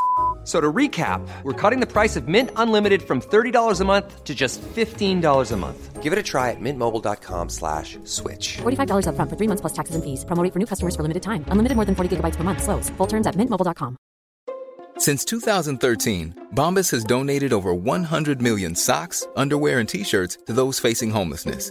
Speaker 6: a-" So to recap, we're cutting the price of Mint Unlimited from $30 a month to just $15 a month. Give it a try at mintmobile.com slash switch.
Speaker 7: $45 upfront for three months plus taxes and fees. Promo rate for new customers for limited time. Unlimited more than 40 gigabytes per month. Slows. Full terms at mintmobile.com.
Speaker 8: Since 2013, Bombas has donated over 100 million socks, underwear, and t shirts to those facing homelessness.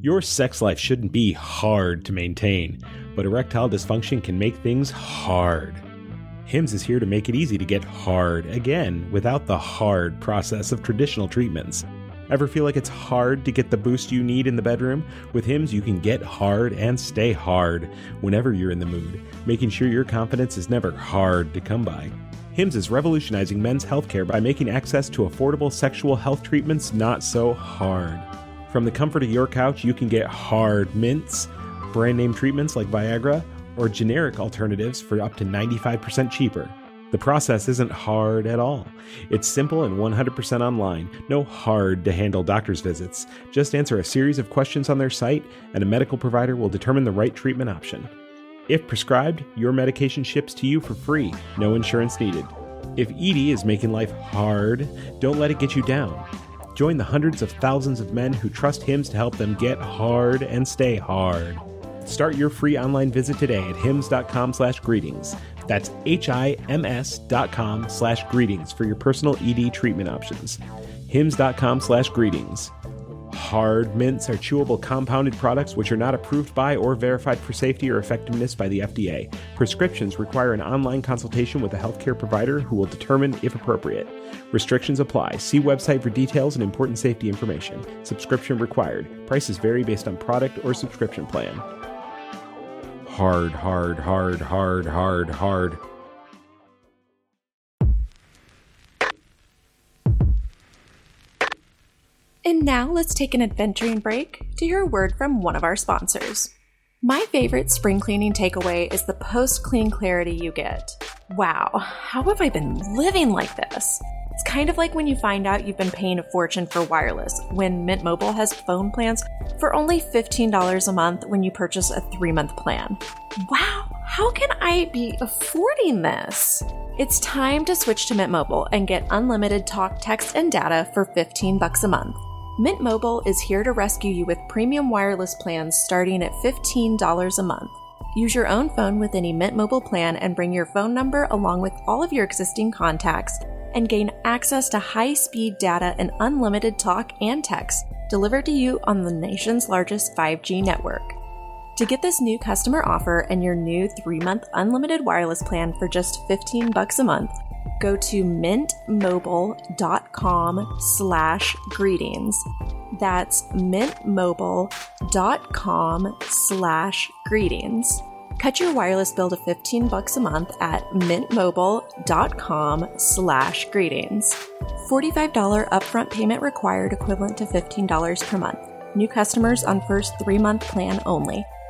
Speaker 5: Your sex life shouldn't be hard to maintain, but erectile dysfunction can make things hard. HIMS is here to make it easy to get hard again without the hard process of traditional treatments. Ever feel like it's hard to get the boost you need in the bedroom? With HIMS, you can get hard and stay hard whenever you're in the mood, making sure your confidence is never hard to come by. HIMS is revolutionizing men's healthcare by making access to affordable sexual health treatments not so hard. From the comfort of your couch, you can get hard mints, brand name treatments like Viagra, or generic alternatives for up to 95% cheaper. The process isn't hard at all. It's simple and 100% online. No hard to handle doctor's visits. Just answer a series of questions on their site, and a medical provider will determine the right treatment option. If prescribed, your medication ships to you for free, no insurance needed. If ED is making life hard, don't let it get you down. Join the hundreds of thousands of men who trust HIMS to help them get hard and stay hard. Start your free online visit today at hims.com slash greetings. That's H-I-M-S dot com slash greetings for your personal ED treatment options. hims.com slash greetings. Hard mints are chewable compounded products which are not approved by or verified for safety or effectiveness by the FDA. Prescriptions require an online consultation with a healthcare provider who will determine if appropriate. Restrictions apply. See website for details and important safety information. Subscription required. Prices vary based on product or subscription plan. Hard, hard, hard, hard, hard, hard.
Speaker 9: And now let's take an adventuring break to hear a word from one of our sponsors. My favorite spring cleaning takeaway is the post clean clarity you get. Wow, how have I been living like this? It's kind of like when you find out you've been paying a fortune for wireless when Mint Mobile has phone plans for only $15 a month when you purchase a three month plan. Wow, how can I be affording this? It's time to switch to Mint Mobile and get unlimited talk, text, and data for 15 bucks a month. Mint Mobile is here to rescue you with premium wireless plans starting at $15 a month. Use your own phone with any Mint Mobile plan and bring your phone number along with all of your existing contacts and gain access to high speed data and unlimited talk and text delivered to you on the nation's largest 5G network. To get this new customer offer and your new three-month unlimited wireless plan for just 15 bucks a month, go to mintmobile.com slash greetings. That's mintmobile.com slash greetings. Cut your wireless bill to 15 bucks a month at mintmobile.com slash greetings. $45 upfront payment required equivalent to $15 per month. New customers on first three-month plan only.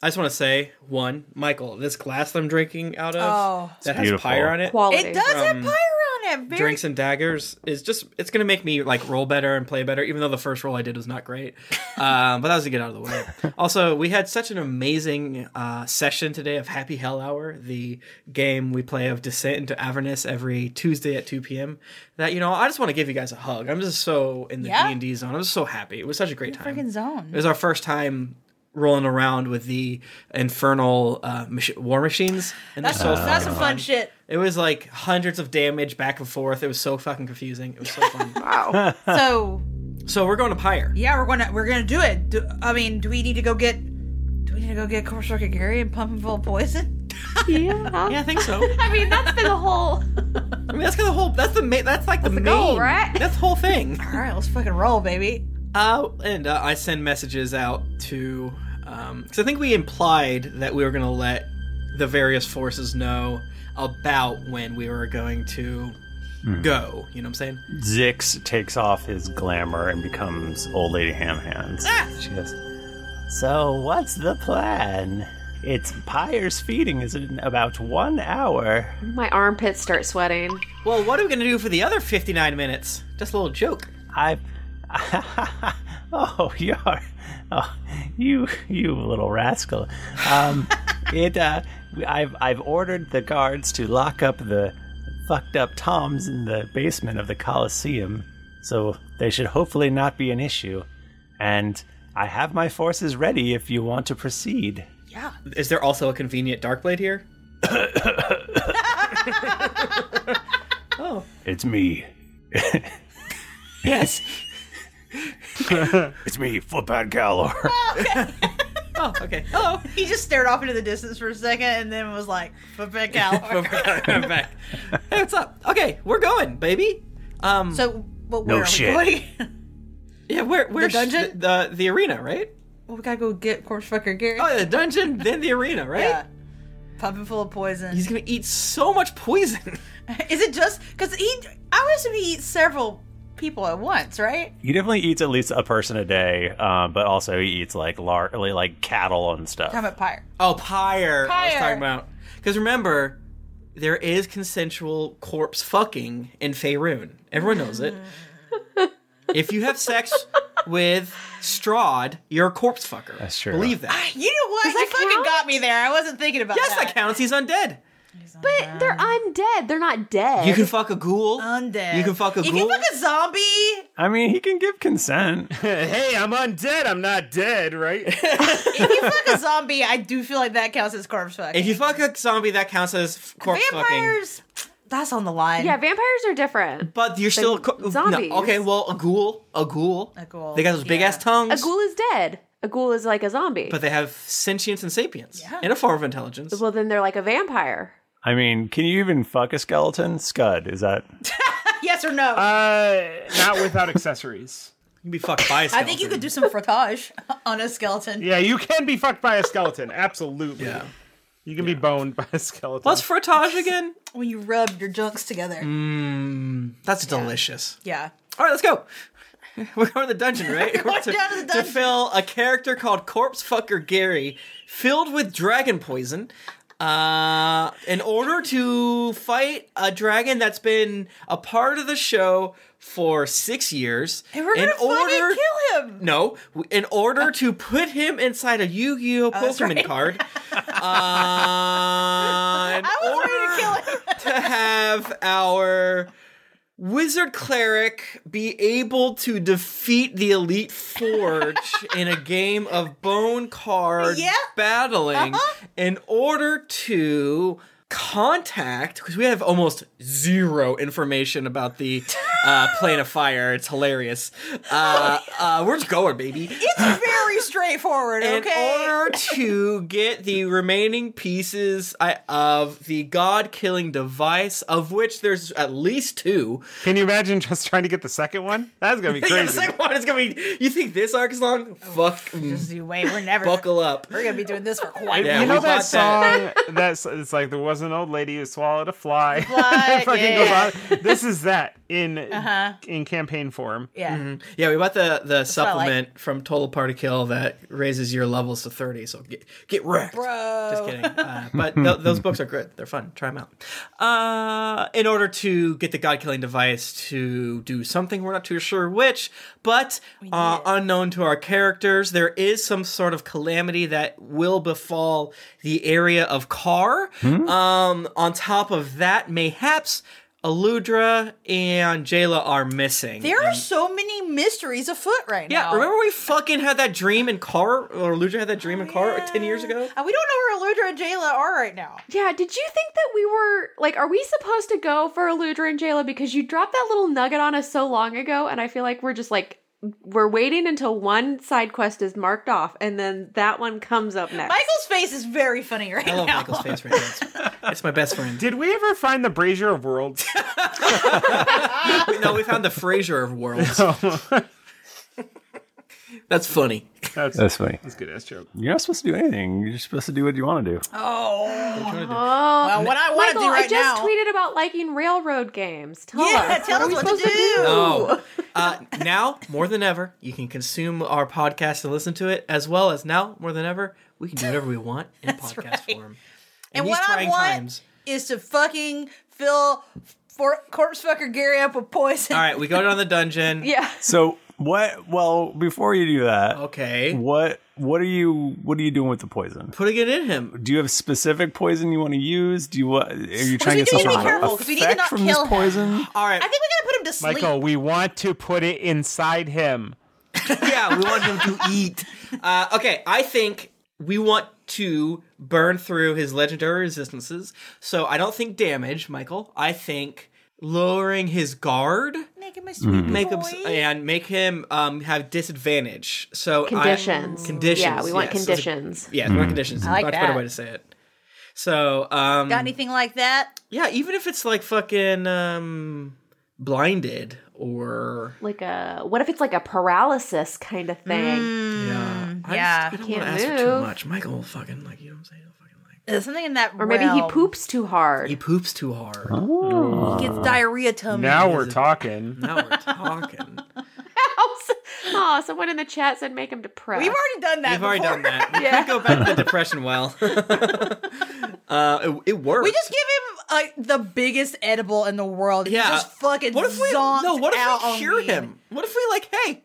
Speaker 4: I just want to say one, Michael, this glass that I'm drinking out of
Speaker 3: Oh.
Speaker 4: that
Speaker 3: It's
Speaker 4: has
Speaker 3: beautiful.
Speaker 4: pyre on it.
Speaker 3: Quality. It does have
Speaker 4: from
Speaker 3: pyre on it. Very-
Speaker 4: Drinks and daggers is just it's gonna make me like roll better and play better, even though the first roll I did was not great. um, but that was to get out of the way. also, we had such an amazing uh, session today of Happy Hell Hour, the game we play of Descent into Avernus every Tuesday at 2 p.m. That you know, I just want to give you guys a hug. I'm just so in the D
Speaker 3: Yeah.
Speaker 4: and D zone. I'm just so happy. It was such a great time.
Speaker 3: Freaking zone.
Speaker 4: It was our first time rolling around with the infernal uh, mach- war machines, and
Speaker 3: That's,
Speaker 4: that's so
Speaker 3: that's some
Speaker 4: fucking
Speaker 3: fun shit.
Speaker 4: It was like hundreds of damage back and forth. It was so fucking confusing. It was so fun.
Speaker 3: wow. So
Speaker 4: so we're going to Pyre.
Speaker 3: Yeah, we're gonna we're gonna do it. Do, I mean, do we need to go get? Do we need to go get Corpse Circuit Gary and pump him full of poison?
Speaker 2: Yeah.
Speaker 4: yeah, I think so.
Speaker 2: I mean, that's been the whole.
Speaker 4: I mean, that's kind of the whole. That's the main. That's like the, main.
Speaker 3: goal, right?
Speaker 4: That's the whole thing.
Speaker 3: All right, let's fucking roll, baby.
Speaker 4: Uh, and uh, I send messages out to, because I think we implied that we were going to let the various forces know about when we were going to
Speaker 1: Hmm.
Speaker 4: go. You know what I'm saying?
Speaker 1: Zix takes off his glamour and becomes Old Lady Ham Hands.
Speaker 4: Ah!
Speaker 1: She goes, So, what's the plan? It's Pyre's feeding is in about one hour.
Speaker 2: My armpits start sweating.
Speaker 4: Well, what are we going to do for the other 59 minutes? Just a little joke.
Speaker 1: I. Oh, you are. Oh, you, you little rascal. Um, it, uh, I've, I've ordered the guards to lock up the fucked up toms in the basement of the Colosseum, so they should hopefully not be an issue. And I have my forces ready if you want to proceed.
Speaker 3: Yeah.
Speaker 4: Is there also a convenient Darkblade here? oh.
Speaker 1: It's me.
Speaker 4: yes.
Speaker 1: it's me, Footpad Galor.
Speaker 3: Oh,
Speaker 4: okay.
Speaker 3: Hello. He just stared off into the distance for a second and then was like, "But back out."
Speaker 4: I'm back. Hey, what's up? Okay, we're going, baby. Um,
Speaker 3: so, but
Speaker 1: No where are we shit. going?
Speaker 4: yeah, where? Where?
Speaker 3: dungeon?
Speaker 4: The, the arena, right?
Speaker 3: well, we gotta go get Corpse Fucker Gary.
Speaker 4: Oh, the dungeon, then the arena, right?
Speaker 3: Yeah. Pump him full of poison.
Speaker 4: He's gonna eat so much poison.
Speaker 3: Is it just because he? I would assume he eats several people at once, right?
Speaker 1: He definitely eats at least a person a day, um, but also he eats like lar- like cattle and stuff.
Speaker 3: Time at Pyre.
Speaker 4: Oh, pyre. I was
Speaker 3: Pyre.
Speaker 4: talking about. Because remember, there is consensual corpse fucking in Faerun. Everyone knows it. if you have sex with Strahd, you're a corpse fucker. That's true. Believe that.
Speaker 3: You know what? He fucking got me there. I wasn't thinking about
Speaker 4: yes,
Speaker 3: that.
Speaker 4: that counts. He's undead.
Speaker 2: But they're undead. They're not dead.
Speaker 4: You can fuck a ghoul.
Speaker 3: Undead.
Speaker 4: You can fuck a
Speaker 3: You
Speaker 4: ghoul.
Speaker 3: can fuck a zombie.
Speaker 1: I mean, he can give consent.
Speaker 5: hey, I'm undead. I'm not dead, right?
Speaker 3: If you fuck a zombie, I do feel like that counts as corpse fuck.
Speaker 4: if you fuck a zombie, that counts as f- corpse fucking.
Speaker 3: Vampires, that's on the line.
Speaker 2: Yeah, vampires are different.
Speaker 4: But you're
Speaker 2: Than
Speaker 4: still co- no,
Speaker 2: zombies.
Speaker 4: okay, well, a ghoul, a ghoul. A
Speaker 3: ghoul.
Speaker 4: They got those big ass tongues.
Speaker 2: A ghoul is dead. A ghoul is like a zombie.
Speaker 4: But they have sentience and sapience and a form of intelligence.
Speaker 2: well, then they're like a vampire.
Speaker 1: I mean, can you even fuck a skeleton? Scud, is that?
Speaker 3: yes or no?
Speaker 5: Uh, not without accessories.
Speaker 4: can be fucked by a
Speaker 3: I
Speaker 4: skeleton.
Speaker 3: think you could do some frottage on a skeleton.
Speaker 5: Yeah, you can be fucked by a skeleton. Absolutely. Yeah. You can be boned by a skeleton.
Speaker 4: What's frottage again? Mm.
Speaker 3: When you rub your junks together.
Speaker 4: Mmm, that's delicious.
Speaker 3: Yeah.
Speaker 4: All right, let's go. We're going to the dungeon, right?
Speaker 3: We're
Speaker 4: We're to,
Speaker 3: down to the
Speaker 4: to
Speaker 3: dungeon.
Speaker 4: fill a character called Corpse Fucker Gary, filled with dragon poison, uh, in order to fight a dragon that's been a part of the show for six years.
Speaker 3: And we're
Speaker 4: in
Speaker 3: gonna fucking
Speaker 4: order,
Speaker 3: kill him. Uh,
Speaker 4: no, w- in order to put him inside a Yu-Gi-Oh
Speaker 3: Oh, that's
Speaker 4: Pokemon
Speaker 3: right.
Speaker 4: card. Uh, in order to have our wizard cleric be able to defeat the elite forge in a game of bone card
Speaker 3: Yeah.
Speaker 4: battling in order to contact because we have almost zero information about the uh, plane of fire it's hilarious uh, uh, we're just going baby
Speaker 3: It's very straightforward,
Speaker 4: in
Speaker 3: okay?
Speaker 4: order to get the remaining pieces uh, of the god killing device, of which there's at least two.
Speaker 5: Can you imagine just trying to get the second one? That's gonna be
Speaker 4: Yeah, the
Speaker 5: crazy.
Speaker 4: second one is gonna be. You think this arc is long? Fuck. Just
Speaker 3: Oh, you wait. We're never.
Speaker 4: Buckle up.
Speaker 3: We're gonna be doing this for quite
Speaker 4: Yeah,
Speaker 3: a
Speaker 5: you know
Speaker 4: we
Speaker 5: that
Speaker 4: bought that.
Speaker 5: song that's it's like there was an old lady who swallowed a fly.
Speaker 3: Fly,
Speaker 5: It fucking
Speaker 3: yeah.
Speaker 5: goes on. This is that in
Speaker 3: Uh-huh.
Speaker 5: in campaign form.
Speaker 3: Yeah.
Speaker 4: Mhm. Yeah, we bought the
Speaker 3: what I
Speaker 4: the
Speaker 3: like.
Speaker 4: supplement from Total Party Kill that raises your levels to thirty. So get get wrecked.
Speaker 3: Bro.
Speaker 4: Just kidding. Uh, but th- those books are good. They're fun. Try them out. Uh, in order to get the God Killing Device to do something, we're not too sure which, but uh, unknown to our characters, there is some sort of calamity that will befall the area of Car.
Speaker 10: Hmm?
Speaker 4: Um, on top of that, mayhaps. Aludra and Jayla are missing.
Speaker 3: There are
Speaker 4: And-
Speaker 3: so many mysteries afoot right
Speaker 4: yeah,
Speaker 3: now.
Speaker 4: remember we fucking had that dream in car, or Luja had that
Speaker 3: Oh,
Speaker 4: dream in car ten years ago.
Speaker 3: And Uh, we don't know where Eludra and Jayla are right now.
Speaker 2: Yeah, did you think that we were like, are we supposed to go for Eludra and Jayla? Because you dropped that little nugget on us so long ago, and I feel like we're just like we're waiting until one side quest is marked off, and then that one comes up next.
Speaker 3: Michael's face is very funny right
Speaker 4: I love
Speaker 3: now.
Speaker 4: Michael's face right now. It's- It's my best friend.
Speaker 5: Did we ever find the Brazier of Worlds?
Speaker 4: We- no, we found the Frasier of worlds.
Speaker 5: Oh,
Speaker 4: That's funny.
Speaker 5: That's,
Speaker 1: That's funny.
Speaker 5: That's a good ass joke.
Speaker 1: You're not supposed to do anything. You're supposed to do what you want to do.
Speaker 3: Oh.
Speaker 2: well,
Speaker 3: what I wanna do
Speaker 2: Uh-huh. Michael, I
Speaker 3: right
Speaker 2: just
Speaker 3: now-
Speaker 2: tweeted about liking railroad games. Tell
Speaker 3: Yeah,
Speaker 2: us. what
Speaker 3: tell
Speaker 2: are
Speaker 3: us
Speaker 2: we
Speaker 3: what to
Speaker 2: supposed
Speaker 3: do.
Speaker 4: No. Uh, now more than ever, you can consume our podcast and listen to it, as well as now more than ever, we can do whatever we want in podcast form. In
Speaker 3: And
Speaker 4: these
Speaker 3: what I
Speaker 4: trying
Speaker 3: want
Speaker 4: times.
Speaker 3: is to fucking fill for corpse fucker Gary up with poison.
Speaker 4: All right, we go down the dungeon.
Speaker 3: Yeah.
Speaker 1: So what? Well, before you do that,
Speaker 4: okay.
Speaker 1: What what are you what are you doing with the poison?
Speaker 4: Putting it in him.
Speaker 1: Do you have specific poison you want to use? Do you what? Are you
Speaker 3: Because
Speaker 1: trying
Speaker 3: we
Speaker 1: to
Speaker 3: do
Speaker 1: get some
Speaker 3: need to be
Speaker 1: sort of
Speaker 3: careful because we need to
Speaker 1: effect
Speaker 3: not
Speaker 1: from
Speaker 3: kill
Speaker 1: this poison?
Speaker 3: Him.
Speaker 4: All right.
Speaker 3: I think we gotta put him to sleep.
Speaker 5: Michael, we want to put it inside him.
Speaker 4: yeah, we want him to eat. Uh, okay, I think we want to burn through his legendary resistances. So I don't think damage, Michael. I think lowering his guard,
Speaker 3: make him a
Speaker 1: sweet
Speaker 4: make him s- and make him um, have disadvantage. So I-
Speaker 2: Conditions.
Speaker 4: conditions.
Speaker 2: Yeah, we want
Speaker 4: yes, that's a-
Speaker 2: conditions.
Speaker 4: yeah, we want
Speaker 2: Mm.
Speaker 4: conditions.
Speaker 3: I like
Speaker 4: Much better
Speaker 3: that.
Speaker 4: way to say it. So um,
Speaker 3: Got anything like that?
Speaker 4: yeah, even if it's like fucking um, blinded or
Speaker 2: Like a what if it's like a paralysis kind of thing?
Speaker 3: Mm,
Speaker 4: yeah,
Speaker 2: yeah.
Speaker 4: I just, I
Speaker 2: He
Speaker 4: don't want to
Speaker 2: can't
Speaker 4: ask for too
Speaker 2: move.
Speaker 4: much. Michael will fucking like you know what I'm saying.
Speaker 3: There's something in that
Speaker 2: Or maybe he
Speaker 3: realm.
Speaker 2: poops too hard.
Speaker 4: He poops too hard.
Speaker 3: He gets diarrhea tummy.
Speaker 5: Oh. Now we're talking.
Speaker 4: Now we're talking.
Speaker 2: Oh, someone in the chat said make him depressed.
Speaker 3: We've already done that.
Speaker 4: We've already
Speaker 3: before.
Speaker 4: done that. We could go back to the depression well. uh, it, it worked.
Speaker 3: We just give him uh, the biggest edible in the world. and
Speaker 4: Yeah.
Speaker 3: He just fucking
Speaker 4: What if we-
Speaker 3: zonked
Speaker 4: no, what if we
Speaker 3: out on
Speaker 4: cure
Speaker 3: weed.
Speaker 4: him? What if we like, hey,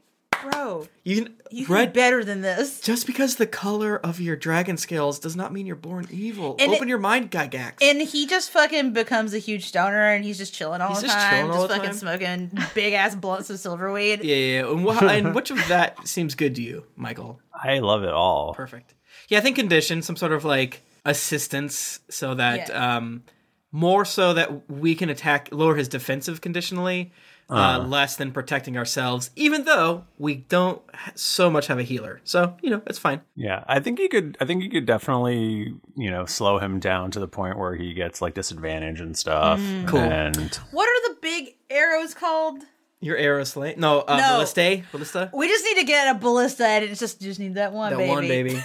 Speaker 3: bro,
Speaker 4: you,
Speaker 3: you can
Speaker 4: red
Speaker 3: be better than this.
Speaker 4: Just because the color of your dragon scales does not mean you're born evil.
Speaker 3: And
Speaker 4: Open
Speaker 3: it-
Speaker 4: your mind, Gygax.
Speaker 3: And he just fucking becomes a huge stoner, and he's just chilling all
Speaker 4: He's
Speaker 3: the
Speaker 4: just
Speaker 3: time,
Speaker 4: chilling all the
Speaker 3: fucking smoking big ass blunts of silverweed.
Speaker 4: Yeah, yeah. yeah. And, wha- and which of that seems good to you, Michael?
Speaker 1: I love it all.
Speaker 4: Perfect. Yeah, I think condition, some sort of like assistance, so that um, more so that we can attack, lower his defensive conditionally, uh,
Speaker 1: Uh-huh.
Speaker 4: less than protecting ourselves. Even though we don't ha- so much have a healer, so you know it's fine.
Speaker 1: Yeah, I think you could. I think you could definitely, you know, slow him down to the point where he gets like disadvantage and stuff.
Speaker 3: Mm.
Speaker 4: Cool.
Speaker 1: And
Speaker 3: What are the big arrows called?
Speaker 4: Your Aeroslate? No, uh,
Speaker 3: No.
Speaker 4: Ballista? Ballista?
Speaker 3: We just need to get a ballista, and it's just just need that one,
Speaker 4: that
Speaker 3: baby.
Speaker 4: one baby.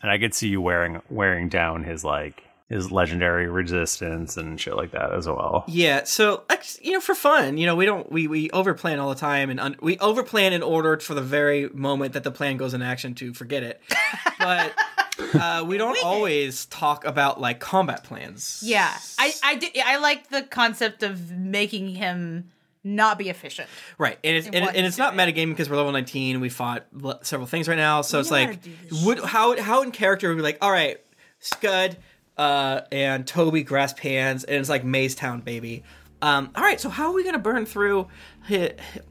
Speaker 1: and I could see you wearing wearing down his like his legendary resistance and shit like that as well.
Speaker 4: Yeah, so ex- you know, for fun, you know, we don't we we overplan all the time, and un- we overplan in order for the very moment that the plan goes in action to forget it. But uh, we don't always talk about like combat plans.
Speaker 3: Yeah, I I do, I like the concept of making him not be efficient.
Speaker 4: Right, and it's, and, it- and it's not metagaming because we're level nineteen. We fought l- several things right now, so
Speaker 3: We
Speaker 4: it's
Speaker 3: know how
Speaker 4: like, would how how in character would we be like, all right, Scud uh, and Toby grasp hands, and it's like Maze Town, baby. Um, all right, so how are we gonna burn through his,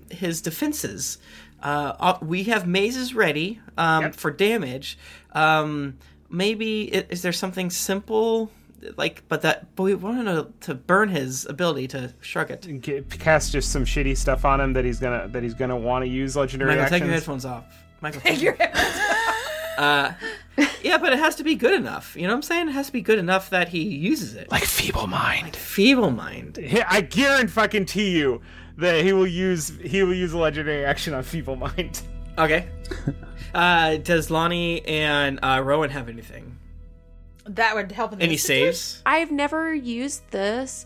Speaker 4: his defenses? Uh, uh, we have mazes ready um, for damage. Um, maybe i- is there something simple like, but that but we wanted to, to burn his ability to shrug it.
Speaker 5: Cast just some shitty stuff on him that he's gonna that he's gonna want to use legendary
Speaker 4: Michael,
Speaker 5: actions.
Speaker 4: take your headphones off. Michael, take your headphones off. Uh, yeah, but it has to be good enough. You know what I'm saying? It has to be good enough that he uses it. Like feeble mind. feeble mind.
Speaker 5: He- I guarantee you that he will use he will use a legendary action on feeble mind.
Speaker 4: Okay. Uh, does Lonnie and uh, Rowan have anything?
Speaker 3: That would help.
Speaker 4: Any saves?
Speaker 2: I've never used this.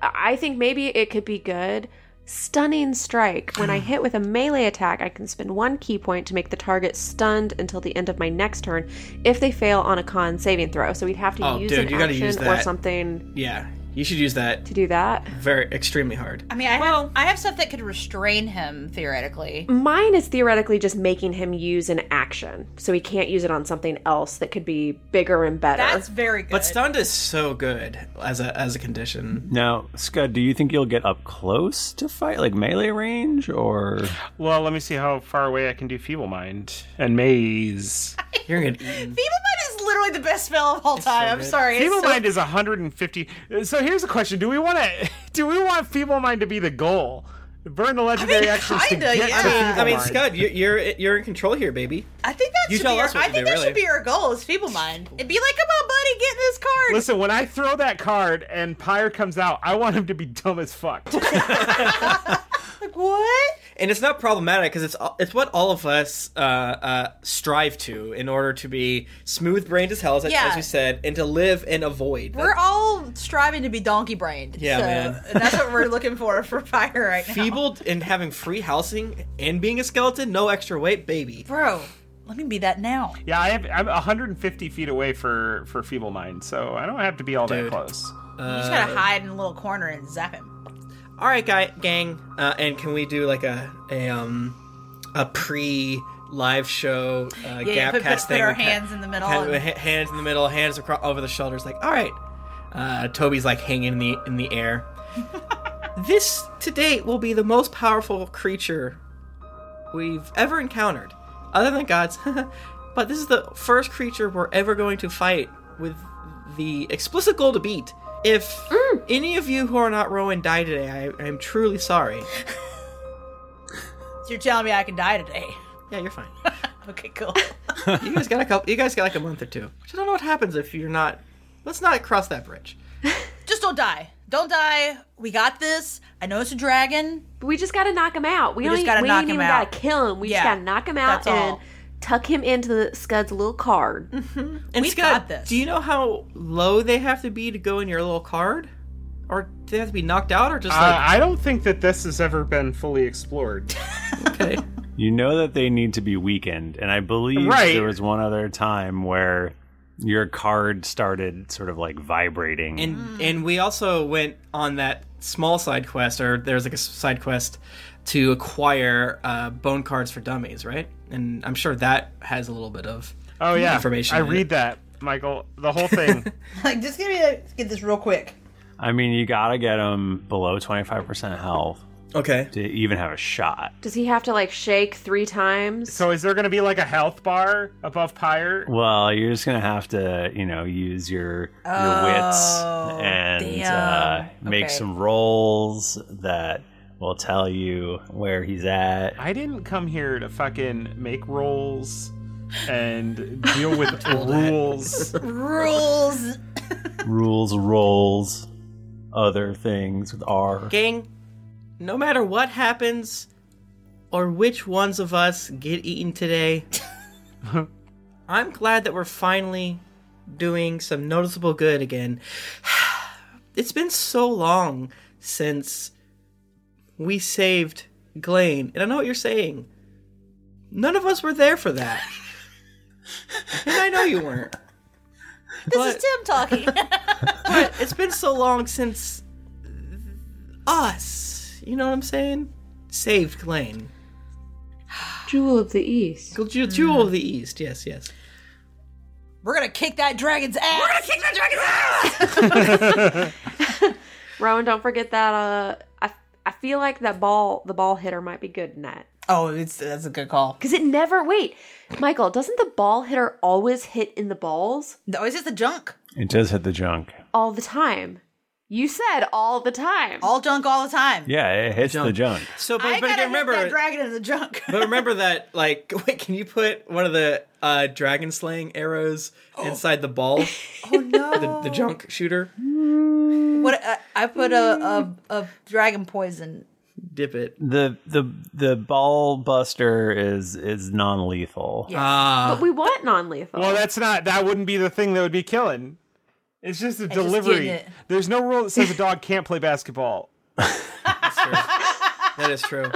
Speaker 2: I I think maybe it could be good. Stunning strike. When I hit with a melee attack, I can spend one key point to make the target stunned until the end of my next turn if they fail on a con saving throw. So we'd have to
Speaker 4: Oh,
Speaker 2: use
Speaker 4: dude,
Speaker 2: an
Speaker 4: you gotta
Speaker 2: action
Speaker 4: use
Speaker 2: or
Speaker 4: that.
Speaker 2: something
Speaker 4: Yeah, you should use that.
Speaker 2: to do that.
Speaker 4: Very extremely hard.
Speaker 3: I mean, I have I have stuff that could restrain him theoretically.
Speaker 2: Mine is theoretically just making him use an action, so he can't use it on something else that could be bigger and better.
Speaker 3: That's very good.
Speaker 4: But stunned is so good as a as a condition.
Speaker 1: Now, Scud, do you think you'll get up close to fight like melee range or
Speaker 5: Well, let me see how far away I can do feeble mind and maze.
Speaker 4: You're gonna
Speaker 3: Feeble mind is literally the best spell of all time. I'm sorry. it's
Speaker 5: Feeble
Speaker 3: so-
Speaker 5: mind is 150. So here's a question: Do we want to? Do we want feeble mind to be the goal? Burn the legendary actions to get
Speaker 4: I
Speaker 5: to
Speaker 4: mean,
Speaker 5: feeble
Speaker 4: I mean,
Speaker 5: mind.
Speaker 4: Scud, you- you're you're in control here, baby.
Speaker 3: I think that
Speaker 4: You
Speaker 3: should
Speaker 4: tell
Speaker 3: be. Our,
Speaker 4: us what
Speaker 3: I
Speaker 4: to
Speaker 3: think
Speaker 4: do,
Speaker 3: that should
Speaker 4: really.
Speaker 3: be our goal. Is feeble mind. It'd be like, come on, buddy, get in this card.
Speaker 5: Listen, when I throw that card and Pyre comes out, I want him to be dumb as fuck.
Speaker 3: like what?
Speaker 4: and it's not problematic because it's it's what all of us uh, uh, strive to in order to be smooth brained as hell as,
Speaker 3: Yeah.
Speaker 4: as we said and to live and avoid
Speaker 3: We're all striving to be donkey brained.
Speaker 4: Yeah,
Speaker 3: so
Speaker 4: man.
Speaker 3: That's what we're looking for for fire right now.
Speaker 4: feeble and having free housing and being a skeleton no extra weight baby
Speaker 3: Bro, let me be that now.
Speaker 5: yeah, I have, I'm 150 feet away for for feeble mind, so I don't have to be all that close.
Speaker 2: Uh,
Speaker 5: Uh,
Speaker 3: you just
Speaker 4: Uh,
Speaker 3: gotta hide in a little corner and zap him.
Speaker 4: all right guy gang uh, and can we do like a a um a pre live show uh,
Speaker 3: yeah,
Speaker 4: gap
Speaker 3: put- put-
Speaker 4: cast
Speaker 3: put
Speaker 4: thing
Speaker 3: our
Speaker 4: with ha-
Speaker 3: hands in the middle
Speaker 4: ha-
Speaker 3: and-
Speaker 4: ha- hands in the middle hands across over the shoulders like all right uh, Toby's like hanging in the in the air this to date will be the most powerful creature we've ever encountered, other than gods. but this is the first creature we're ever going to fight with the explicit goal to beat. If any of you who are not Rowan die today, I, I'm truly sorry.
Speaker 3: So you're telling me I can die today.
Speaker 4: Yeah, you're fine.
Speaker 3: okay, cool.
Speaker 4: you guys got a couple. You guys got like a month or two. Which I don't know what happens if you're not. Let's not cross that bridge.
Speaker 3: Just don't die. Don't die. We got this. I know it's a dragon.
Speaker 2: But we just gotta knock him out. We,
Speaker 3: We
Speaker 2: don't
Speaker 3: just
Speaker 2: e-
Speaker 3: gotta
Speaker 2: we
Speaker 3: knock
Speaker 2: ain't
Speaker 3: him
Speaker 2: even
Speaker 3: out.
Speaker 2: gotta kill him. We just
Speaker 3: Yeah,
Speaker 2: gotta knock him out
Speaker 3: that's
Speaker 2: and
Speaker 3: all. Mm-hmm.
Speaker 2: tuck him into the Scud's little card.
Speaker 4: And Scott, do you know how low they have to be to go in your little card? Or do they have to be knocked out, or just
Speaker 5: Uh,
Speaker 4: like
Speaker 5: I don't think that this has ever been fully explored.
Speaker 1: You know that they need to be weakened, and I believe
Speaker 5: Right.
Speaker 1: there was one other time where your card started sort of like vibrating.
Speaker 4: And and we also went on that small side quest, or there's like a s- side quest to acquire uh, bone cards for dummies, right? And I'm sure that has a little bit of
Speaker 5: Oh yeah,
Speaker 4: information.
Speaker 5: I
Speaker 4: in it.
Speaker 5: read that, Michael. The whole thing.
Speaker 3: like, just give me a, get this real quick.
Speaker 1: I mean, you gotta get him below twenty five percent health.
Speaker 4: Okay.
Speaker 1: To even have a shot.
Speaker 2: Does he have to like shake three times?
Speaker 5: so is there going to be like a health bar above Pyre?
Speaker 1: Well, you're just gonna have to, you know, use your your
Speaker 5: Oh,
Speaker 1: wits and uh,
Speaker 5: damn.
Speaker 1: make
Speaker 5: Okay.
Speaker 1: some rolls that will tell you where he's at.
Speaker 5: I didn't come here to fucking make rolls and deal with rules.
Speaker 3: Rules.
Speaker 1: Rules, rolls, other things with R.
Speaker 4: Gang, no matter what happens or which ones of us get eaten today, I'm glad that we're finally doing some noticeable good again. It's been so long since we saved Glane, and I know what you're saying. None of us were there for that. and I know you weren't.
Speaker 3: This is Tim talking.
Speaker 4: But it's been so long since us, you know what I'm saying? Saved Glane.
Speaker 2: Jewel of the East. Mm.
Speaker 4: Jewel, Jewel of the East, yes, yes.
Speaker 3: We're gonna kick that dragon's ass. We're gonna kick that dragon's ass.
Speaker 2: Rowan, don't forget that. Uh, I I feel like that ball, the ball hitter, might be good in that
Speaker 3: Oh, it's that's a good call.
Speaker 2: because it never. Wait, Michael, doesn't the ball hitter always hit in the balls?
Speaker 3: No, it's just the junk
Speaker 1: It does hit the junk.
Speaker 2: all the time. You said all the time.
Speaker 3: All junk, all the time.
Speaker 1: Yeah, it hits the junk.
Speaker 4: So, but,
Speaker 3: I
Speaker 4: but
Speaker 3: gotta
Speaker 4: again,
Speaker 3: hit
Speaker 4: remember,
Speaker 3: that dragon in the junk.
Speaker 4: but remember that, like, wait, can you put one of the uh, dragon slaying arrows inside the ball?
Speaker 3: Oh no!
Speaker 4: the, the junk shooter?
Speaker 3: What I, I put a, a a dragon poison.
Speaker 4: Dip it.
Speaker 1: The the the ball buster is is non lethal.
Speaker 4: Ah.
Speaker 2: but we want non-lethal.
Speaker 5: Well, that's not. That wouldn't be the thing that would be killing. It's just a
Speaker 3: just
Speaker 5: delivery.
Speaker 3: getting it.
Speaker 5: There's no rule that says a dog can't play basketball.
Speaker 4: That is true.